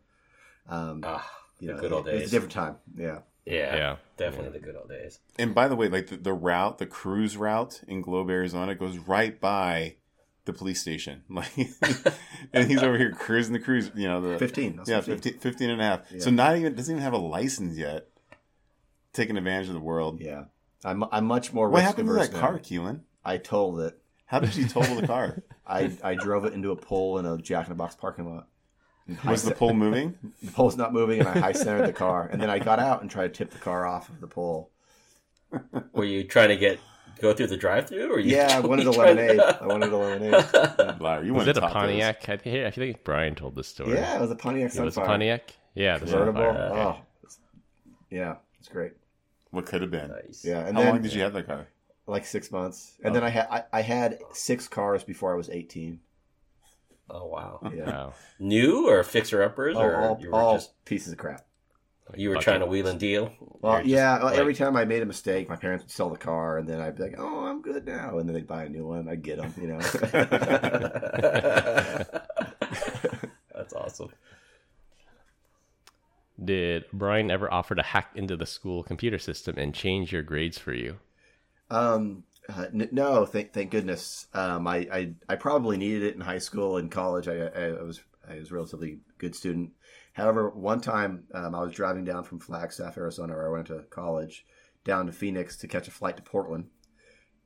S5: Um,
S4: Ah,
S5: you
S4: the
S5: know,
S4: good old
S5: it- It's
S4: days.
S5: a different time. Yeah,
S4: yeah,
S1: Yeah.
S4: definitely the good old days."
S2: And by the way, like the, the route, the cruise route in Globe, Arizona, goes right by the police station. <laughs> Like, and he's over here cruising the cruise. You know, the
S5: fifteen. I was
S2: yeah, 15, 15 and a half. So
S5: Yeah.
S2: not even doesn't even have a license yet. Taking advantage of the world.
S5: Yeah, I'm I'm much more.
S2: What
S5: risk
S2: happened to
S5: averse
S2: that
S5: now.
S2: car, Keelan?
S5: I told it.
S2: How did you total the
S5: <laughs>
S2: car?
S5: I I drove it into a pole in a Jack in the Box parking lot.
S2: Was the pole moving?
S5: The pole's not moving, and I high centered the car, and then I got out and tried to tip the car off of the pole.
S4: Were you trying to get go through the drive-through, or you
S5: Yeah, I wanted a
S4: trying
S5: lemonade. I wanted
S1: <laughs>
S5: a
S2: <laughs>
S4: <laughs>
S5: lemonade.
S2: Liar, you
S1: Was
S2: want
S1: it a Pontiac? I think, I think Brian told this story.
S5: Yeah, it was a Pontiac
S1: It
S5: Sunfire.
S1: was a Pontiac? Yeah, the
S5: convertible.
S1: Sunfire. Okay.
S5: Oh, yeah, it's great.
S2: What could have been?
S4: Nice.
S5: Yeah, and
S2: How
S5: then
S2: long did you have that car?
S5: like six months, and
S1: Oh.
S5: then I had I, I had six cars before I was eighteen.
S4: Oh wow.
S1: <laughs>
S5: Yeah,
S1: Wow.
S4: New or fixer uppers,
S5: oh,
S4: or
S5: all,
S4: you were
S5: all
S4: just
S5: pieces of crap.
S1: Like
S4: you were
S1: bucket
S4: trying to
S1: list.
S4: wheel and deal.
S5: Well,
S4: You're just
S5: yeah. well,
S4: like-
S5: every time I made a mistake, my parents would sell the car, and then I'd be like, "Oh, I'm good now," and then they'd buy a new one. I'd get them,
S4: <laughs>
S5: you <laughs> know.
S4: That's awesome.
S1: Did Brian ever offer to hack into the school computer system and change your grades for you?
S5: Um, uh, n- no, thank thank goodness. Um, I, I I probably needed it in high school and college. I, I, I was I was a relatively good student. However, one time um, I was driving down from Flagstaff, Arizona, where I went to college, down to Phoenix to catch a flight to Portland,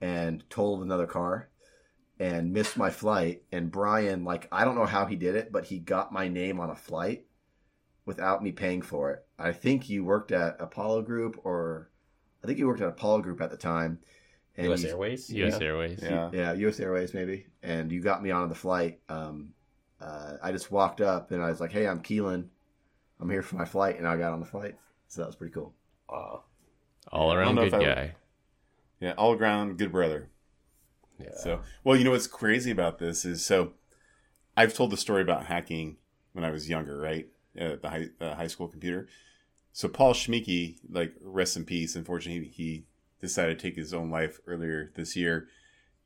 S5: and totaled another car, and missed my flight. And Brian, like I don't know how he did it, but he got my name on a flight, without me paying for it. I think you worked at Apollo Group, or I think you worked at Apollo Group at the time. And
S4: U.S.
S5: you-
S4: Airways.
S1: U.S. Airways.
S2: Yeah.
S5: yeah, U.S. Airways maybe. And you got me on the flight. Um, uh, I just walked up and I was like, "Hey, I'm Keelan. I'm here for my flight," and I got on the flight. So that was pretty cool.
S4: Wow.
S1: All
S2: I don't
S1: around
S2: know
S1: good
S2: if I would-
S1: guy.
S2: Yeah, all around good brother.
S1: Yeah.
S2: So, well, you know what's crazy about this is so I've told the story about hacking when I was younger, right? Uh, the high, uh, high school computer. So Paul Schmicke, like rest in peace. Unfortunately, he, he decided to take his own life earlier this year.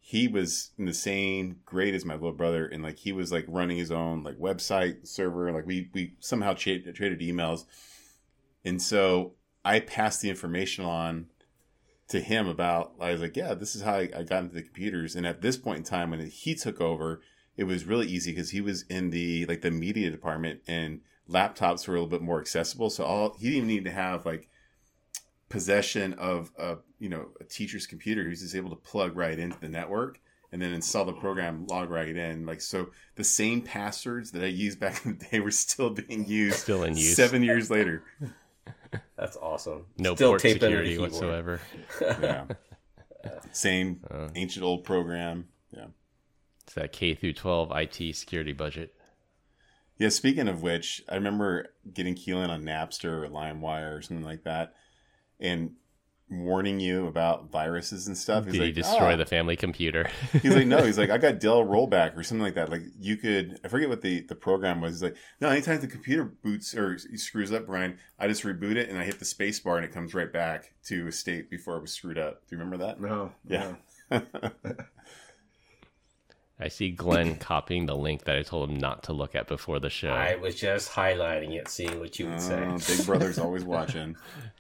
S2: He was in the same grade as my little brother, and like he was like running his own like website server. Like we we somehow cha- traded emails, and so I passed the information on to him about I was like, yeah, this is how I, I got into the computers. And at this point in time, when he took over, it was really easy because he was in the like the media department and laptops were a little bit more accessible. So all he didn't even need to have like possession of a you know a teacher's computer. He was just able to plug right into the network and then install the program, log right in. Like so, the same passwords that I used back <laughs> in the day were still being used
S1: Still
S2: <laughs>
S1: in use.
S2: seven years later.
S4: That's awesome.
S1: no
S4: Still
S1: port
S4: taped under the
S1: security
S4: keyboard.
S1: whatsoever.
S4: <laughs>
S2: Yeah, <laughs> same
S1: Uh,
S2: ancient old program. Yeah.
S1: it's that K through 12 IT security budget.
S2: Yeah, speaking of which, I remember getting Keelan on Napster or LimeWire or something like that and warning you about viruses and stuff.
S1: Did you destroy
S2: "Ah."
S1: the family computer? <laughs>
S2: He's like, no, he's like, I got Dell rollback or something like that. Like you could, I forget what the, the program was. He's like, no, anytime the computer boots or screws up, Brian, I just reboot it and I hit the space bar and it comes right back to a state before it was screwed up. Do you remember that?
S5: No,
S2: Yeah.
S1: I see
S4: <coughs>
S1: Glenn copying the link that I told him not to look at before the show.
S4: I was just highlighting it, seeing what you would say.
S2: <laughs> Oh, Big Brother's always watching.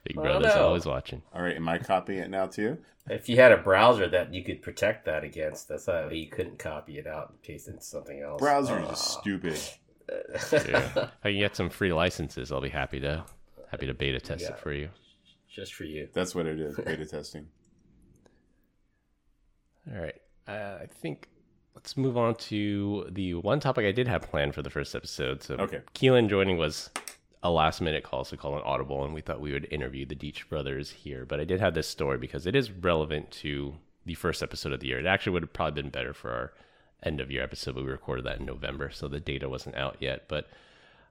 S1: Big
S4: Oh,
S1: Brother's
S4: no.
S1: always watching.
S2: All right, am I copying it now too?
S4: <laughs> If you had a browser that you could protect that against, that's how you couldn't copy it out and paste it into something else. Ah.
S2: Browsers are
S1: Ah.
S2: stupid.
S4: stupid.
S1: If I can get some free licenses, I'll be happy to happy to beta test
S4: Yeah.
S1: it for you.
S4: <laughs> Just for you.
S2: That's what it is. Beta testing.
S1: All right. Uh, I think let's move on to the one topic I did have planned for the first episode. So
S2: Okay.
S1: Keelan joining was a last minute call, so call an audible, and we thought we would interview the Deitch brothers here. But I did have this story because it is relevant to the first episode of the year. It actually would have probably been better for our end of year episode, but we recorded that in November, so the data wasn't out yet. But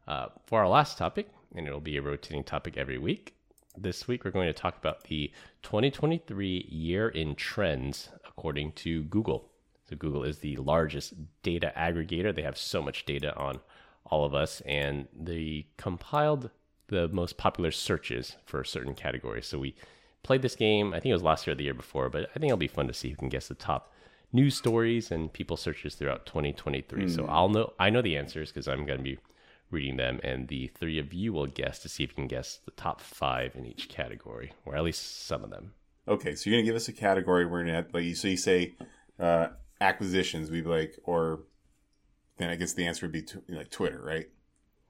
S1: uh, for our last topic, and it'll be a rotating topic every week. This week, we're going to talk about the 2023 year in trends according to Google. So, Google is the largest data aggregator. They have so much data on all of us, and they compiled the most popular searches for certain categories. So, we played this game, I think it was last year or the year before, but I think it'll be fun to see who can guess the top news stories and people searches throughout 2023. So, I'll know, I know the answers because I'm going to be reading them, and the three of you will guess to see if you can guess the top five in each category, or at least some of them.
S2: Okay, so you're gonna give us a category. We're gonna have, like you. So you say uh, acquisitions. We'd be like, or then I guess the answer would be tw- like Twitter, right?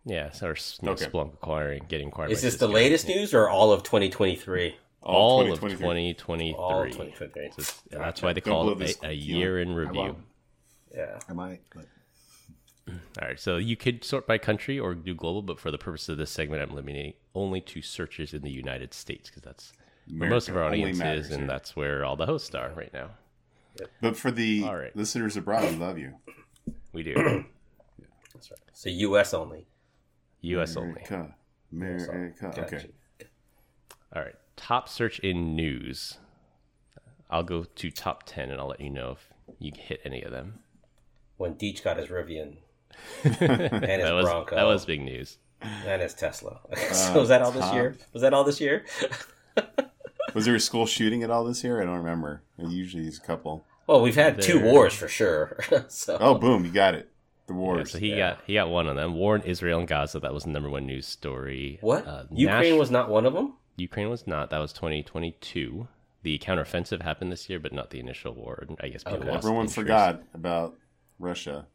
S1: Yeah, so or you know,
S2: Okay.
S1: Splunk acquiring, getting acquired.
S4: Is
S1: by
S4: this the
S1: Cisco.
S4: latest news or all of 2023?
S1: All, of
S2: 2023.
S1: 2023.
S4: All of 2023.
S1: So it's- that's why they call
S2: blow
S1: it
S2: this
S1: a, a
S2: key
S1: year in
S5: I
S1: review.
S5: won't.
S4: Yeah.
S5: I might. But
S1: All right, so you could sort by country or do global, but for the purpose of this segment, I'm limiting only to searches in the United States because that's where most of our
S2: America only
S1: audience
S2: matters
S1: is, and
S2: here.
S1: that's where all the hosts are right now.
S2: But for the
S1: All right.
S2: listeners abroad, we
S1: <laughs>
S2: love you.
S1: We do
S4: So U.S. only.
S1: U.S. only.
S2: America, America. Okay.
S1: All right. Top search in news. I'll go to top 10 and I'll let you know if you hit any of them.
S4: When Deitch got his Rivian
S2: <laughs>
S4: and his
S1: that was
S4: Bronco
S1: that was big news.
S4: and his Tesla. <laughs> so was that all this
S2: Uh, top.
S4: year? Was that all this year?
S2: Was there a school shooting at all this year? I don't remember. It usually is a couple.
S4: Well, we've had two
S1: There.
S4: wars for sure. <laughs> so
S2: Oh, boom! You got it. The
S1: Yeah,
S2: wars.
S1: so he got he got one of them. War in Israel and Gaza, that was the number 1 news story.
S4: what?
S1: Uh,
S4: Ukraine
S1: Nash-
S4: was not one of them.
S1: Ukraine was not. That was 2022. The counteroffensive happened this year, but not the initial war. I guess people
S4: Okay.
S1: lost
S2: Everyone
S1: interest.
S2: forgot about Russia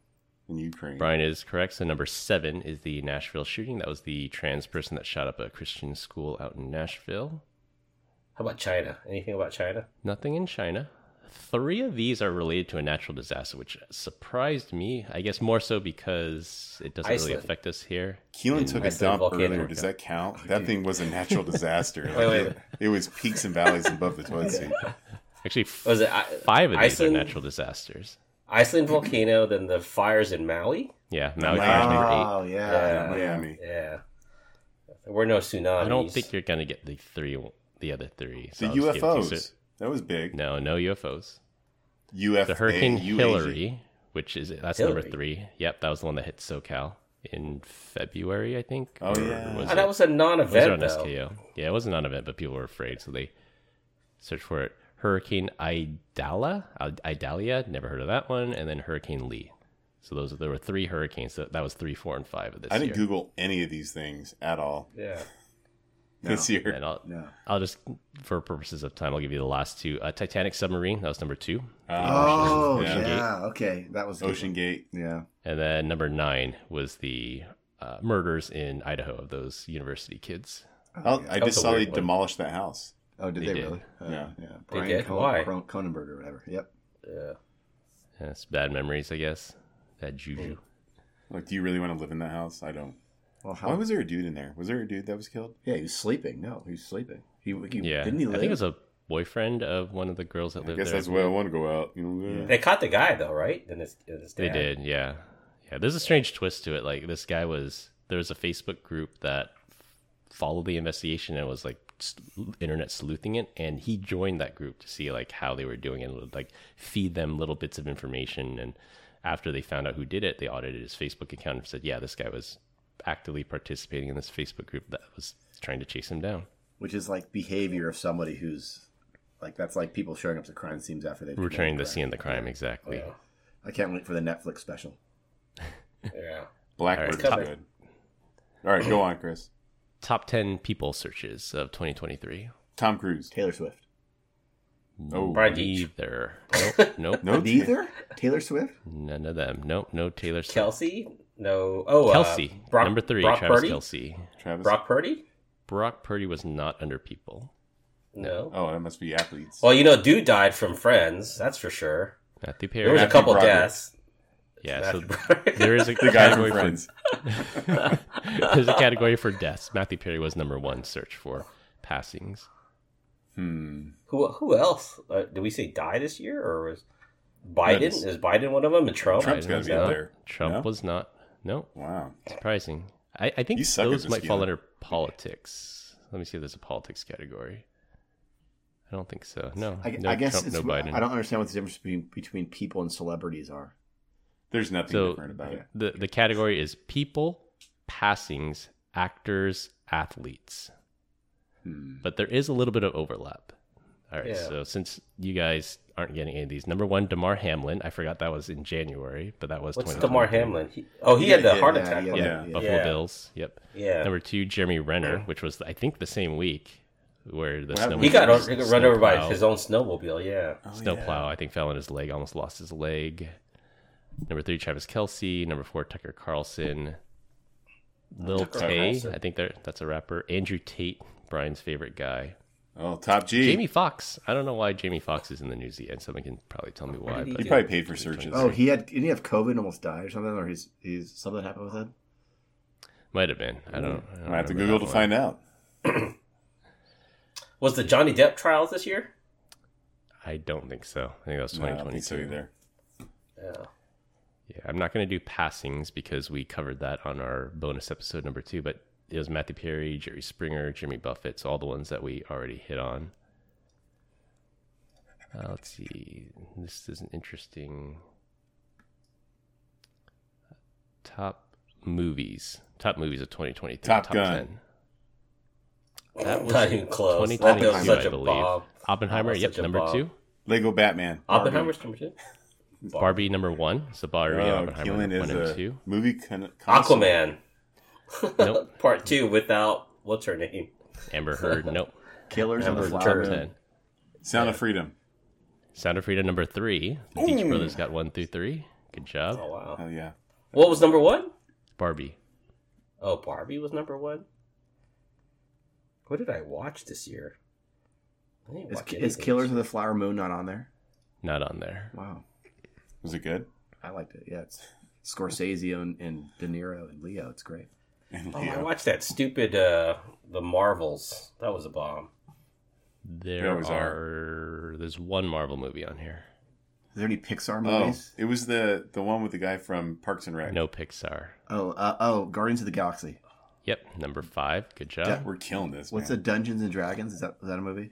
S2: and Ukraine.
S1: Brian is correct. So number seven is the Nashville shooting. That was the trans person that shot up a Christian school out in Nashville.
S4: How about China? Anything about China?
S1: Nothing in China. three of these are related to a natural disaster, which surprised me. I guess more so because it doesn't really
S4: Iceland.
S1: affect us here.
S2: Keelan took a
S4: Iceland
S2: dump
S4: volcano. Oh,
S2: earlier. Does that count? That thing was a natural
S4: <laughs>
S2: disaster. Like,
S4: wait.
S2: It, it was peaks and valleys above the toilet
S4: <laughs>
S2: seat.
S1: Actually, f-
S4: Was Oh, it I-
S1: five of these
S4: Iceland?
S1: are natural disasters.
S4: Iceland volcano, then the fires in Maui.
S1: Yeah, Maui
S2: Maui.
S1: Fires number eight.
S5: Oh yeah.
S4: Yeah.
S2: Miami.
S4: Yeah, there were no tsunamis.
S1: I don't think you're gonna get the three, the other three. so
S2: The
S1: I'll just give it to you.
S2: UFOs. That was big.
S1: No, no UFOs.
S2: UFA,
S1: The Hurricane
S2: UAG.
S1: Hillary, which is that's number
S4: Hillary?
S1: three. Yep, that was the one that hit SoCal in February, I think.
S2: Oh,
S1: or
S2: yeah.
S1: was
S4: Ah, that
S1: it-
S4: was a
S1: It was on
S4: non-event though.
S1: SKO. Yeah, it was a non-event, but people were afraid, so they searched for it. Hurricane Idala, Id- Idalia, never heard of that one, and then Hurricane Lee. So those there were three hurricanes. That, that was three, four, and five of this
S2: I didn't
S1: year.
S2: Google any of these things at all
S4: Yeah,
S2: this year.
S1: and I'll,
S5: No.
S1: I'll just, for purposes of time, I'll give you the last two. Uh, Titanic submarine, that was number two,
S5: Oh
S2: Ocean
S1: Gate.
S5: yeah. Okay, that was a good
S2: Ocean Gate.
S5: one. Yeah.
S1: and then number nine was the uh, murders in Idaho of those university kids.
S2: Oh, I
S4: was
S2: just
S4: a
S2: saw they
S4: weird one.
S2: demolished that house.
S5: Oh, did
S1: They
S5: they,
S1: did.
S5: really? Uh,
S2: Yeah.
S5: yeah.
S4: did?
S5: Con-
S4: Why?
S5: Cron- Cronenberg or whatever. Yep.
S4: yeah.
S1: And it's bad memories, I guess. Bad juju.
S2: Like, do you really want to live in that house? I don't.
S5: Well,
S2: Why was there a dude in there? Was there a dude that was killed?
S5: Yeah, he was sleeping. No, he was sleeping. He, he
S1: Yeah,
S5: didn't he live?
S1: I think it was a boyfriend of one of the girls that
S2: I
S1: lived
S2: guess
S1: there.
S2: that's where I want to go out. You know,
S4: They caught the guy though, right? And his, and his
S1: They
S4: dad.
S1: did, yeah. Yeah, there's a strange twist to it. Like this guy was there was a Facebook group that followed the investigation and was like s- internet sleuthing it and he joined that group to see like how they were doing it and would like feed them little bits of information and after they found out who did it they audited his facebook account and said yeah this guy was actively participating in this facebook group that was trying to chase him down
S5: Which is like behavior of somebody who's like that's like people showing up to crime scenes after they've
S1: returning the
S5: committed
S1: scene of the crime exactly
S4: Yeah.
S5: crime. I can't wait for the Netflix special.
S4: Yeah.
S2: Blackbird's
S4: All right.
S2: good. All right, go on, Chris.
S1: top 10 people searches of 2023
S2: Tom Cruise.
S5: Taylor Swift.
S2: Oh,
S4: Brian Deach.
S1: neither nope nope
S2: No,
S5: Neither Taylor Swift.
S1: None of them. Nope, no Taylor Swift.
S4: Kelsey? No. Oh, uh,
S1: Kelsey,
S4: Brock-
S1: number three,
S4: Brock
S1: Travis
S4: Purdy?
S1: Kelsey.
S2: Travis.
S4: Brock Purdy?
S1: Brock Purdy was not under people.
S4: No.
S2: Oh, that must be athletes.
S4: Well, you know, dude died from Friends. That's for sure.
S1: Matthew
S4: There
S1: Perry.
S4: was a
S2: Matthew
S4: couple
S2: Broderick.
S4: deaths.
S1: Yeah, so
S4: Matthew-
S1: there is a
S2: <laughs> the guy from
S1: category for
S2: Friends.
S1: <laughs> there's a category for deaths. Matthew Perry was number one search for passings.
S2: Hmm.
S4: who who else? Uh, did we say die this year or was Biden?
S2: That is-
S4: Is Biden one of them? And Trump?
S2: Trump's got to
S1: Biden's
S2: be up
S1: not.
S2: there.
S1: Trump
S2: No?
S1: was not. No,
S2: Hmm. Wow.
S1: surprising. I, I think
S2: You suck at
S1: those
S2: this
S1: might fall
S2: game.
S1: under politics. Let me see if there's a politics category. I don't think so. No,
S5: I,
S1: no
S5: I guess
S1: Trump,
S5: it's,
S1: no Biden.
S5: I don't understand what the difference between, between people and celebrities are.
S2: There's nothing
S1: So-
S2: different about it.
S1: The the category is people, passings, actors, athletes.
S2: Hmm.
S1: But there is a little bit of overlap. All right.
S4: Yeah.
S1: So since you guys aren't getting any of these, number one, Damar Hamlin. I forgot that was in January, but that was
S4: What's
S1: 2020.
S4: Damar Hamlin? He, oh, he
S5: He
S4: had the
S5: did,
S4: heart
S5: yeah,
S4: attack.
S5: he had
S4: one.
S1: Yeah,
S4: Yeah.
S5: that. Yeah.
S1: Buffalo
S4: Yeah.
S1: Bills. Yep. Number two, Jeremy Renner, which was I think the same week where the
S2: What happened?
S1: snowman
S4: He got
S1: was-
S4: run, run over by
S1: snowplow-
S4: his own snowmobile. Yeah.
S2: Oh,
S1: snowplow. I think fell on his leg, almost lost his leg. Number three, Travis Kelsey. Number four, Tucker Carlson. Lil
S4: Tucker
S1: Tay,
S4: Carlson.
S1: I think they're- that's a rapper. Andrew Tate, Brian's favorite guy.
S2: yeah. Oh, top G.
S1: Jamie Fox. I don't know why Jamie Fox is in the news yet. Someone can probably tell me why.
S4: did he
S1: But
S2: He probably paid for searches.
S5: Oh, he had didn't he have COVID and almost died or something, or he's he's something happened with him.
S1: might have been. I don't. I
S2: I'm
S1: don't
S2: gonna have to
S1: remember
S2: Google
S1: that
S2: to
S1: one.
S2: find out.
S4: Was the Johnny Depp trials this year?
S1: I don't think so. I think that was
S2: No, I don't think so
S1: 2022.
S2: either.
S4: Yeah.
S1: yeah, I'm not going to do passings because we covered that on our bonus episode number two. But it was Matthew Perry, Jerry Springer, Jimmy Buffett, so all the ones that we already hit on. Uh, let's see. This is an interesting uh, top movies. Top movies of 2023.
S2: Top Gun.
S4: <laughs>
S1: That was
S4: Not even close. That
S1: 2022,
S4: was
S1: I
S4: such a
S1: believe.
S4: bomb.
S1: Oppenheimer,
S4: That was
S1: yep,
S4: such a
S1: number
S4: bomb.
S1: two.
S2: Lego Batman.
S4: Oppenheimer's number two.
S1: Barbie, number one. So Barbie, and
S2: Oh,
S1: Oppenheimer,
S2: Keelan
S1: one
S2: is
S1: and
S2: a <laughs>
S1: two.
S2: movie con- console.
S4: Aquaman.
S1: Nope.
S4: Part two without what's her name?
S1: Amber Heard, nope.
S5: Killers
S4: That
S5: of the
S4: was a
S5: Flower
S4: turd.
S5: Moon.
S1: Ten.
S2: Sound of Freedom.
S1: Sound of Freedom number three. The Beach Brothers got one through three. Good job.
S4: Oh wow.
S2: Oh yeah.
S4: What was number one?
S1: Barbie.
S4: Oh, Barbie was number one. What did I watch this year? I didn't
S5: Is,
S4: watch
S5: is
S4: anything.
S5: Killers of the Flower Moon not on there?
S1: not on there.
S5: Wow,
S2: Was it good? <laughs>
S5: I liked it. Yeah, it's Scorsese and, and De Niro and Leo. It's great.
S2: And
S4: Oh, I
S2: Leo.
S4: watched that stupid uh the Marvels. That was a bomb.
S1: There
S2: was
S1: are there's one Marvel movie on here.
S5: Are there any Pixar
S2: Oh,
S5: movies?
S2: it was the the one with the guy from Parks and Rec.
S1: No Pixar.
S5: Oh, uh, oh, Guardians of the Galaxy.
S1: Yep, number five. Good job.
S5: Yeah.
S2: We're killing this.
S5: What's a
S2: man.
S5: Dungeons and Dragons? Is that is that a movie?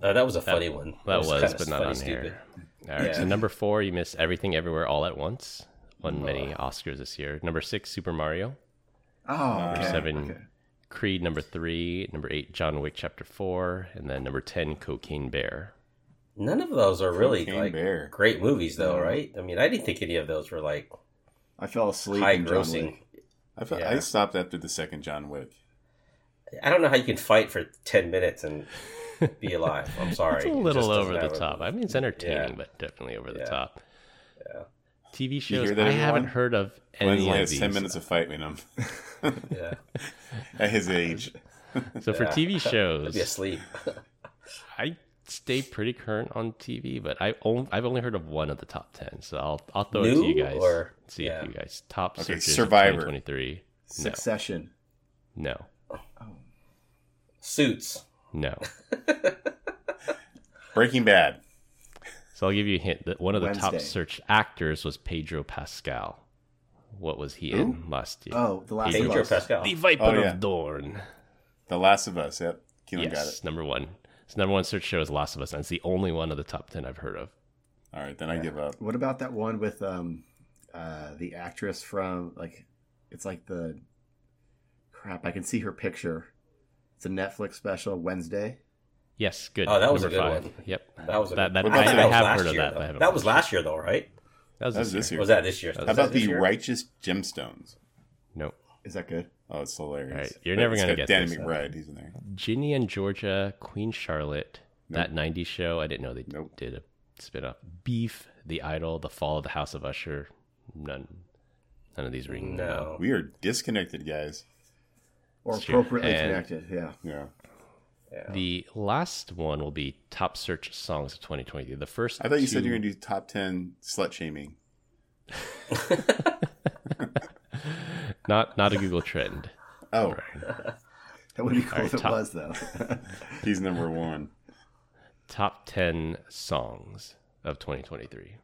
S4: Uh, that was a funny one.
S1: That was,
S4: kinda
S1: but not
S4: funny,
S1: on
S4: stupid.
S1: here. All right. So
S4: Yeah.
S1: number four, you missed everything, everywhere, all at once. Won many Oscars this year. Number six, Super Mario.
S5: Oh,
S2: Number
S5: okay.
S1: seven.
S5: Okay.
S1: Creed number three, number eight, John Wick chapter four, and then number ten, Cocaine Bear.
S4: None of those are really
S2: Cocaine
S4: like
S2: Bear.
S4: great movies, though,
S5: No.
S4: right? I mean, I didn't think any of those were like
S5: I fell asleep.
S4: high
S5: in John
S4: grossing.
S5: Wick.
S2: I, felt,
S4: yeah.
S2: I stopped after the second John Wick.
S4: I don't know how you can fight for ten minutes and be alive.
S1: <laughs>
S4: I'm sorry,
S1: It's a
S4: It
S1: little
S4: just doesn't
S1: over the
S4: ever-
S1: top. I mean, it's entertaining,
S4: Yeah.
S1: but definitely over the
S4: Yeah.
S1: top.
S4: Yeah.
S1: TV
S2: You hear
S1: shows
S2: that,
S1: I haven't
S2: everyone?
S1: heard of
S2: Len's
S1: any
S2: only
S1: of
S2: has
S1: these.
S2: ten minutes of fight in him <laughs>
S5: <laughs>
S4: Yeah,
S2: at his age.
S1: So for
S4: Yeah.
S1: TV
S4: I'd be
S1: shows,
S4: asleep.
S1: I stay pretty current on TV, but I only, I've only heard of one of the top ten. So I'll I'll throw it to you
S4: New
S1: guys.
S4: or-
S1: see
S4: yeah.
S1: if you guys top
S2: Okay,
S1: searches
S2: Survivor.
S1: twenty three.
S5: Succession.
S1: No,
S4: Suits.
S1: no.
S2: Breaking Bad.
S1: So I'll give you a hint that one of the top
S5: Wednesday.
S1: search actors was Pedro Pascal. What was he in last year?
S5: Oh, the last
S4: Pedro
S5: one.
S4: Pascal.
S1: The Viper
S2: Oh, yeah.
S1: of Dorn.
S2: The Last of Us. Yep. Keelan got it.
S1: yes, number one. It's number one search show is Last of Us, and it's the only one of the top ten I've heard of.
S2: All right, then I give up.
S5: What about that one with um, uh, the actress from like, it's like the, crap. I can see her picture. It's a Netflix special Wednesday.
S1: Yes, good.
S4: Oh, that was a
S1: number
S4: good
S1: five.
S4: one.
S1: Yep.
S4: That was a
S1: that,
S4: good-
S1: that,
S2: What
S1: I,
S2: about that?
S1: I
S2: was
S1: have
S4: last
S1: heard of
S4: year,
S1: that. but I
S4: Though.
S1: haven't
S4: That was
S1: watched
S4: last year, though, right?
S1: it. That was,
S2: That was this year.
S4: Or was that this year?
S1: That
S2: How
S4: Was
S2: about
S4: this
S2: the
S4: year?
S2: Righteous Gemstones?
S1: No,
S5: Is that good?
S2: Oh, it's hilarious.
S1: All right, you're
S2: But
S1: never
S2: it's
S1: gonna
S2: got
S1: get
S2: Danny
S1: this, though.
S2: McBride. He's in there.
S1: Ginny and Georgia, Queen Charlotte, that '90s show. I didn't know they
S2: Nope.
S1: did a spin-off. Beef, The Idol, The Fall of the House of Usher. None, none of these ring. a bell.
S4: No.
S2: We are disconnected, guys.
S5: Or
S1: It's true.
S5: appropriately
S1: And-
S5: connected? Yeah.
S2: Yeah.
S1: The last one will be top search songs of 2020. The first.
S2: I thought you said
S1: two-
S2: you were gonna do top ten slut shaming.
S1: <laughs> not not a Google trend.
S2: Oh,
S5: That would be cool
S1: right,
S5: if it
S1: top.
S5: was though. <laughs>
S2: he's number
S1: <laughs>
S2: one.
S1: Top 10 songs of 2023.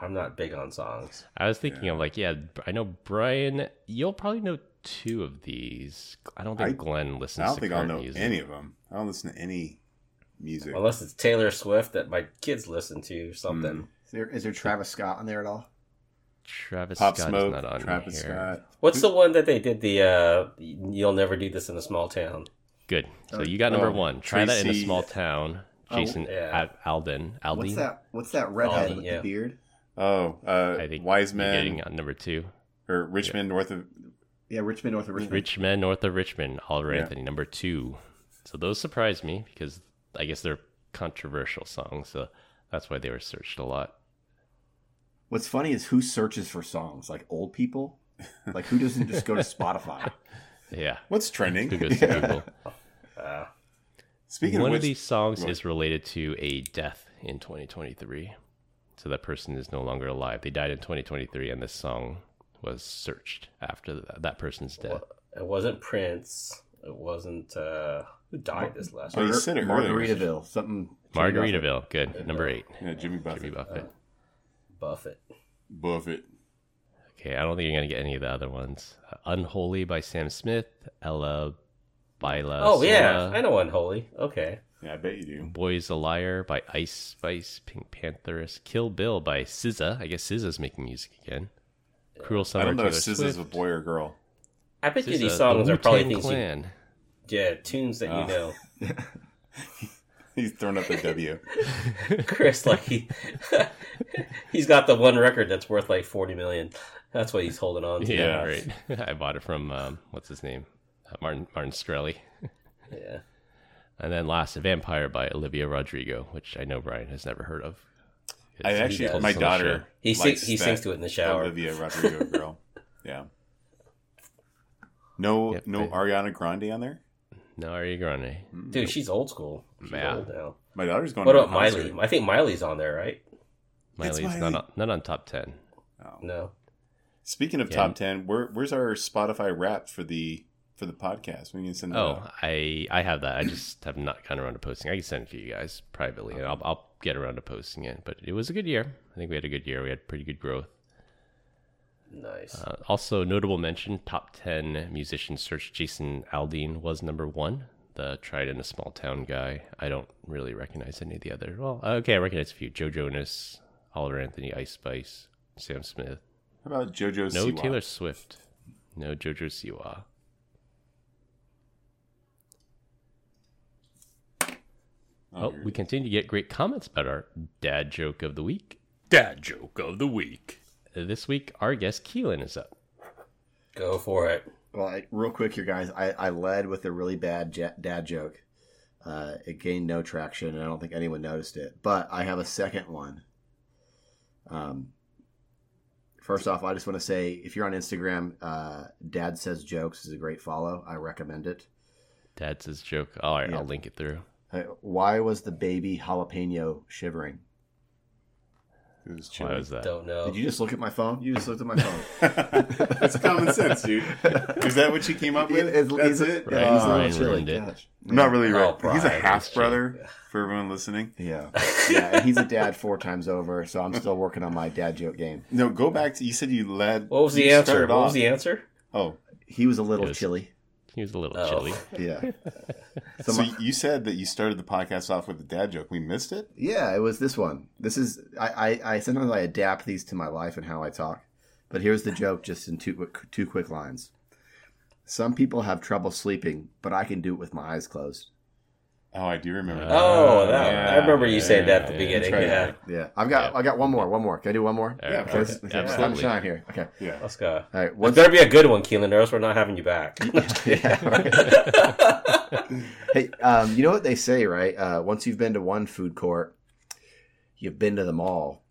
S4: I'm not big on songs.
S1: I was thinking of like, yeah, I know Brian. You'll probably know two of these. I don't think
S2: I-
S1: Glenn
S2: I
S1: listens.
S2: don't
S1: to
S2: think I'll
S1: current
S2: know
S1: music.
S2: any of them. I don't listen to any music.
S4: Unless it's Taylor Swift that my kids listen to or
S2: Hmm.
S4: something.
S5: Is there, is there Travis Scott on there at all?
S1: Travis
S2: Pop
S1: Scott is not on
S2: Smoke, Travis
S1: here.
S2: Scott.
S4: What's the one that they did the uh You'll Never Do This in a Small Town?
S1: Good. So
S5: Uh,
S1: you got number
S2: oh,
S1: one. Try that in a
S2: Tracy-
S1: small town.
S5: Oh,
S1: Jason
S4: yeah.
S1: Al- Alden. Alden.
S5: What's that? What's that redhead
S4: Aldi,
S5: with
S4: yeah.
S5: the beard?
S2: Oh, uh,
S1: I think
S2: Wise
S1: You're
S2: Men
S1: getting on number two.
S2: or Richmond North of.
S5: Yeah, Richmond North of Richmond.
S1: Rich Men North of Richmond, Oliver
S2: Yeah.
S1: Anthony, number two. So those surprised me because I guess they're controversial songs, so that's why they were searched a lot.
S5: What's funny is who searches for songs like old people. Like who doesn't just go to Spotify?
S1: Yeah. <laughs>
S2: What's
S1: Who
S2: trending?
S1: goes to Google?
S4: Uh,
S2: <laughs> Speaking
S1: One
S2: of
S1: of,
S2: which,
S1: these songs
S2: Go on.
S1: is related to a death in 2023. So that person is no longer alive. They died in 2023, and this song was searched after th- that person's death.
S4: it wasn't Prince. It wasn't uh who died this last
S2: Oh,
S4: year?
S2: you said it earlier.
S5: Margaritaville, something.
S1: Margaritaville, good. Number eight,
S2: yeah, Jimmy Buffett.
S1: Jimmy Buffett.
S2: Oh.
S4: Buffett.
S2: Buffett.
S1: Okay, I don't think you're going to get any of the other ones. Uh, Unholy by Sam Smith, Ella Baila.
S4: oh yeah,
S1: Sola.
S4: I know Unholy. Okay.
S2: Yeah, I bet you do.
S1: Boy's a Liar by Ice Spice, Pink Pantheress, Kill Bill by SZA. I guess SZA's making music again. Cruel Summer.
S2: I don't know if
S1: Taylor
S2: SZA's
S1: Swift.
S2: a boy or girl. <laughs>
S4: I bet you
S1: SZA,
S4: these songs
S1: uh, the
S4: are probably
S1: Wu-Tang
S4: things you,
S1: Clan.
S4: yeah tunes that
S2: Oh. <laughs>
S4: you know.
S2: He's thrown up
S1: <laughs>
S2: the W.
S4: Chris, like he, <laughs> he's got the one record that's worth like forty million. That's what he's holding on to.
S1: <laughs> Yeah,
S2: Yeah.
S1: right. I bought it from um, what's his name, uh, Martin Martin Shkreli.
S4: Yeah.
S1: And then last, Vampire by Olivia Rodrigo, which I know Brian has never heard of.
S2: I
S1: It's-
S2: actually,
S1: it's
S2: my
S1: on the
S2: daughter.
S4: He sing-
S2: likes
S4: he
S2: that
S4: sings to it in the shower.
S2: Olivia
S1: <laughs>
S2: Rodrigo girl. Yeah. No,
S1: Yep,
S2: no
S1: I-
S2: Ariana Grande on there.
S1: show. No, Ariana Grande.
S4: Dude, she's old school. She's
S1: Yeah.
S4: old now.
S2: My daughter's going.
S4: What
S2: to a
S4: about Miley?
S2: concert.
S4: I think Miley's on there, right?
S2: It's
S1: Miley's
S2: Miley.
S1: not on, not on top ten.
S2: Oh.
S4: No.
S2: Speaking of
S1: Yeah.
S2: top ten, where, where's our Spotify rap for the for the podcast? We need to send that.
S1: Oh,
S2: out.
S1: I I have that. I just have not gotten around to posting. I can send it to you guys privately, and I'll, I'll get around to posting it. But it was a good year. I think we had a good year. We had pretty good growth.
S4: Nice.
S1: Uh, also, notable mention: top ten musician search. Jason Aldean was number one. The tried in a small town guy. I don't really recognize any of the other. Well, okay, I recognize a few: Joe Jonas, Oliver Anthony, Ice Spice, Sam Smith.
S2: How about JoJo?
S1: No
S2: Siwa?
S1: Taylor Swift. No JoJo Siwa.
S2: Oh,
S1: Oh,
S2: here
S1: we
S2: it
S1: continue to get great comments about our dad joke of the week. Uh,
S3: Dad joke of the week.
S1: This week, our guest Keelan is up.
S4: Go for it.
S5: Well, I, real quick here, guys. I, I led with a really bad ja dad joke. Uh, it gained no traction, and I don't think anyone noticed it. But I have a second one. Um, first off, I just want to say if you're on Instagram, uh, Dad Says Jokes is a great follow. I recommend it.
S1: Dad's his joke. All right,
S5: Yeah.
S1: I'll link it through.
S5: Uh, why was the baby jalapeno shivering?
S2: It was
S1: Why
S2: chilly.
S5: <laughs>
S1: was that?
S4: Don't know. <laughs>
S5: Did you just look at my phone? You just looked at my phone.
S2: <laughs> That's common sense, dude. Is that what you came up with?
S5: It's-
S2: That's
S5: it's-
S2: it.
S1: Right.
S5: Yeah, he's a
S1: Ryan
S5: little chilly.
S1: ruined it.
S5: Gosh.
S2: I'm not really
S4: Oh,
S2: right. He's a
S4: Brian,
S2: half brother
S4: yeah.
S2: for everyone listening.
S5: Yeah, yeah. And he's a dad four times over, so I'm still working on my dad joke game.
S2: No, go back to you said you led.
S4: what was the
S2: you
S4: answer?
S2: started
S4: What was
S2: off-
S4: the answer?
S2: Oh,
S5: He was a little
S1: It was-
S5: chilly.
S1: He was a little
S4: Oh.
S1: chilly. <laughs>
S5: Yeah. So
S2: so,
S5: my-
S2: you said that you started the podcast off with a dad joke. We missed it.
S5: yeah, it was this one. This is I, I, I sometimes I adapt these to my life and how I talk, but here's the joke just in two quick- two quick lines. Some people have trouble sleeping, but I can do it with my eyes closed.
S2: Oh, I do remember. that.
S4: Oh, that, I
S2: yeah,
S4: remember you saying that at the
S1: yeah,
S4: beginning.
S2: that's right.
S4: Yeah.
S5: Yeah, I've got
S1: Yeah.
S5: I got one more, one more. Can I do one more?
S1: All right,
S2: Yeah,
S5: Okay,
S1: okay.
S5: this- okay,
S1: Absolutely.
S5: Sunshine here. Okay.
S2: yeah.
S4: Let's go.
S5: All right.
S4: It
S5: What's
S4: better be a good one, Keelan, or else we're not having you back.
S5: <laughs> yeah, right. <laughs> hey, um, you know what they say, right? Uh, once you've been to one food court, you've been to them all.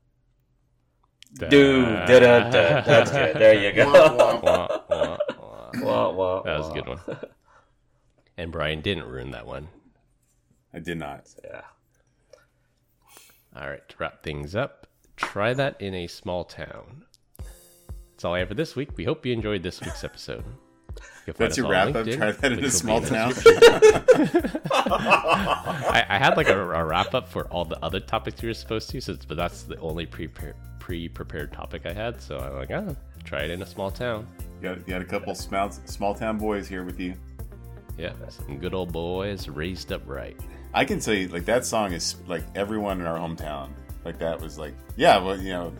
S4: Dude, da-da-da. that's good.
S1: <laughs>
S4: There you go.
S2: Womp, womp.
S1: Wah, wah, wah.
S4: Wah, wah,
S1: That was a
S4: wah.
S1: good one. And Brian didn't ruin that one.
S2: I did not.
S4: Yeah.
S1: All right, to wrap things up, try that in a small town. That's all I have for this week. We hope you enjoyed this week's episode. You'll find
S2: That's
S1: us
S2: your
S1: all
S2: wrap
S1: on
S2: up.
S1: LinkedIn,
S2: Try that
S1: which
S2: in
S1: will
S2: a
S1: be
S2: small
S1: the-
S2: town.
S1: I, I had like a, a wrap up for all the other topics you were supposed to, so it's- but that's the only pre pre prepared topic I had. So I'm like, oh, try it in a small town.
S2: <laughs> You got, you got a couple small small town boys here with you.
S1: Yeah, some good old boys raised up right.
S2: I can tell you, like that song is like everyone in our hometown. Like that was like, yeah, well, you know,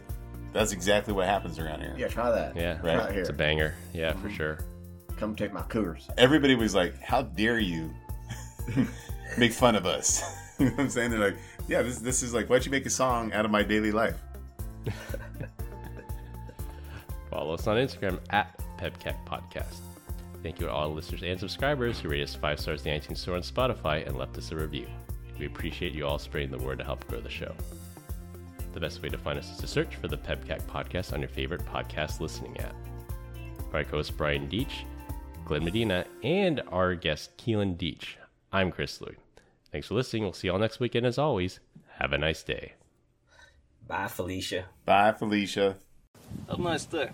S2: that's exactly what happens around here.
S5: Yeah, try that.
S1: Yeah,
S5: Try
S2: Right.
S5: it
S1: it's a
S5: here.
S1: banger. Yeah, for sure.
S5: Come take my cougars.
S2: Everybody was like, "How dare you <laughs> make fun of us?" <laughs> you know what I'm saying? They're like, "Yeah, this this is like, why'd you make a song out of my daily life?"
S1: Follow us on Instagram at PepCat Podcast. Thank you to all listeners and subscribers who rate us five stars in the iTunes Store and Spotify and left us a review. We appreciate you all spreading the word to help grow the show. The best way to find us is to search for the PepCat Podcast on your favorite podcast listening app. My co-host Brian Deach, Glenn Medina, and our guest Keelan Deach. I'm Chris Louie. Thanks for listening. We'll see you all next week, and as always, have a nice day.
S4: Bye, Felicia.
S2: Bye, Felicia.
S6: Have a nice day.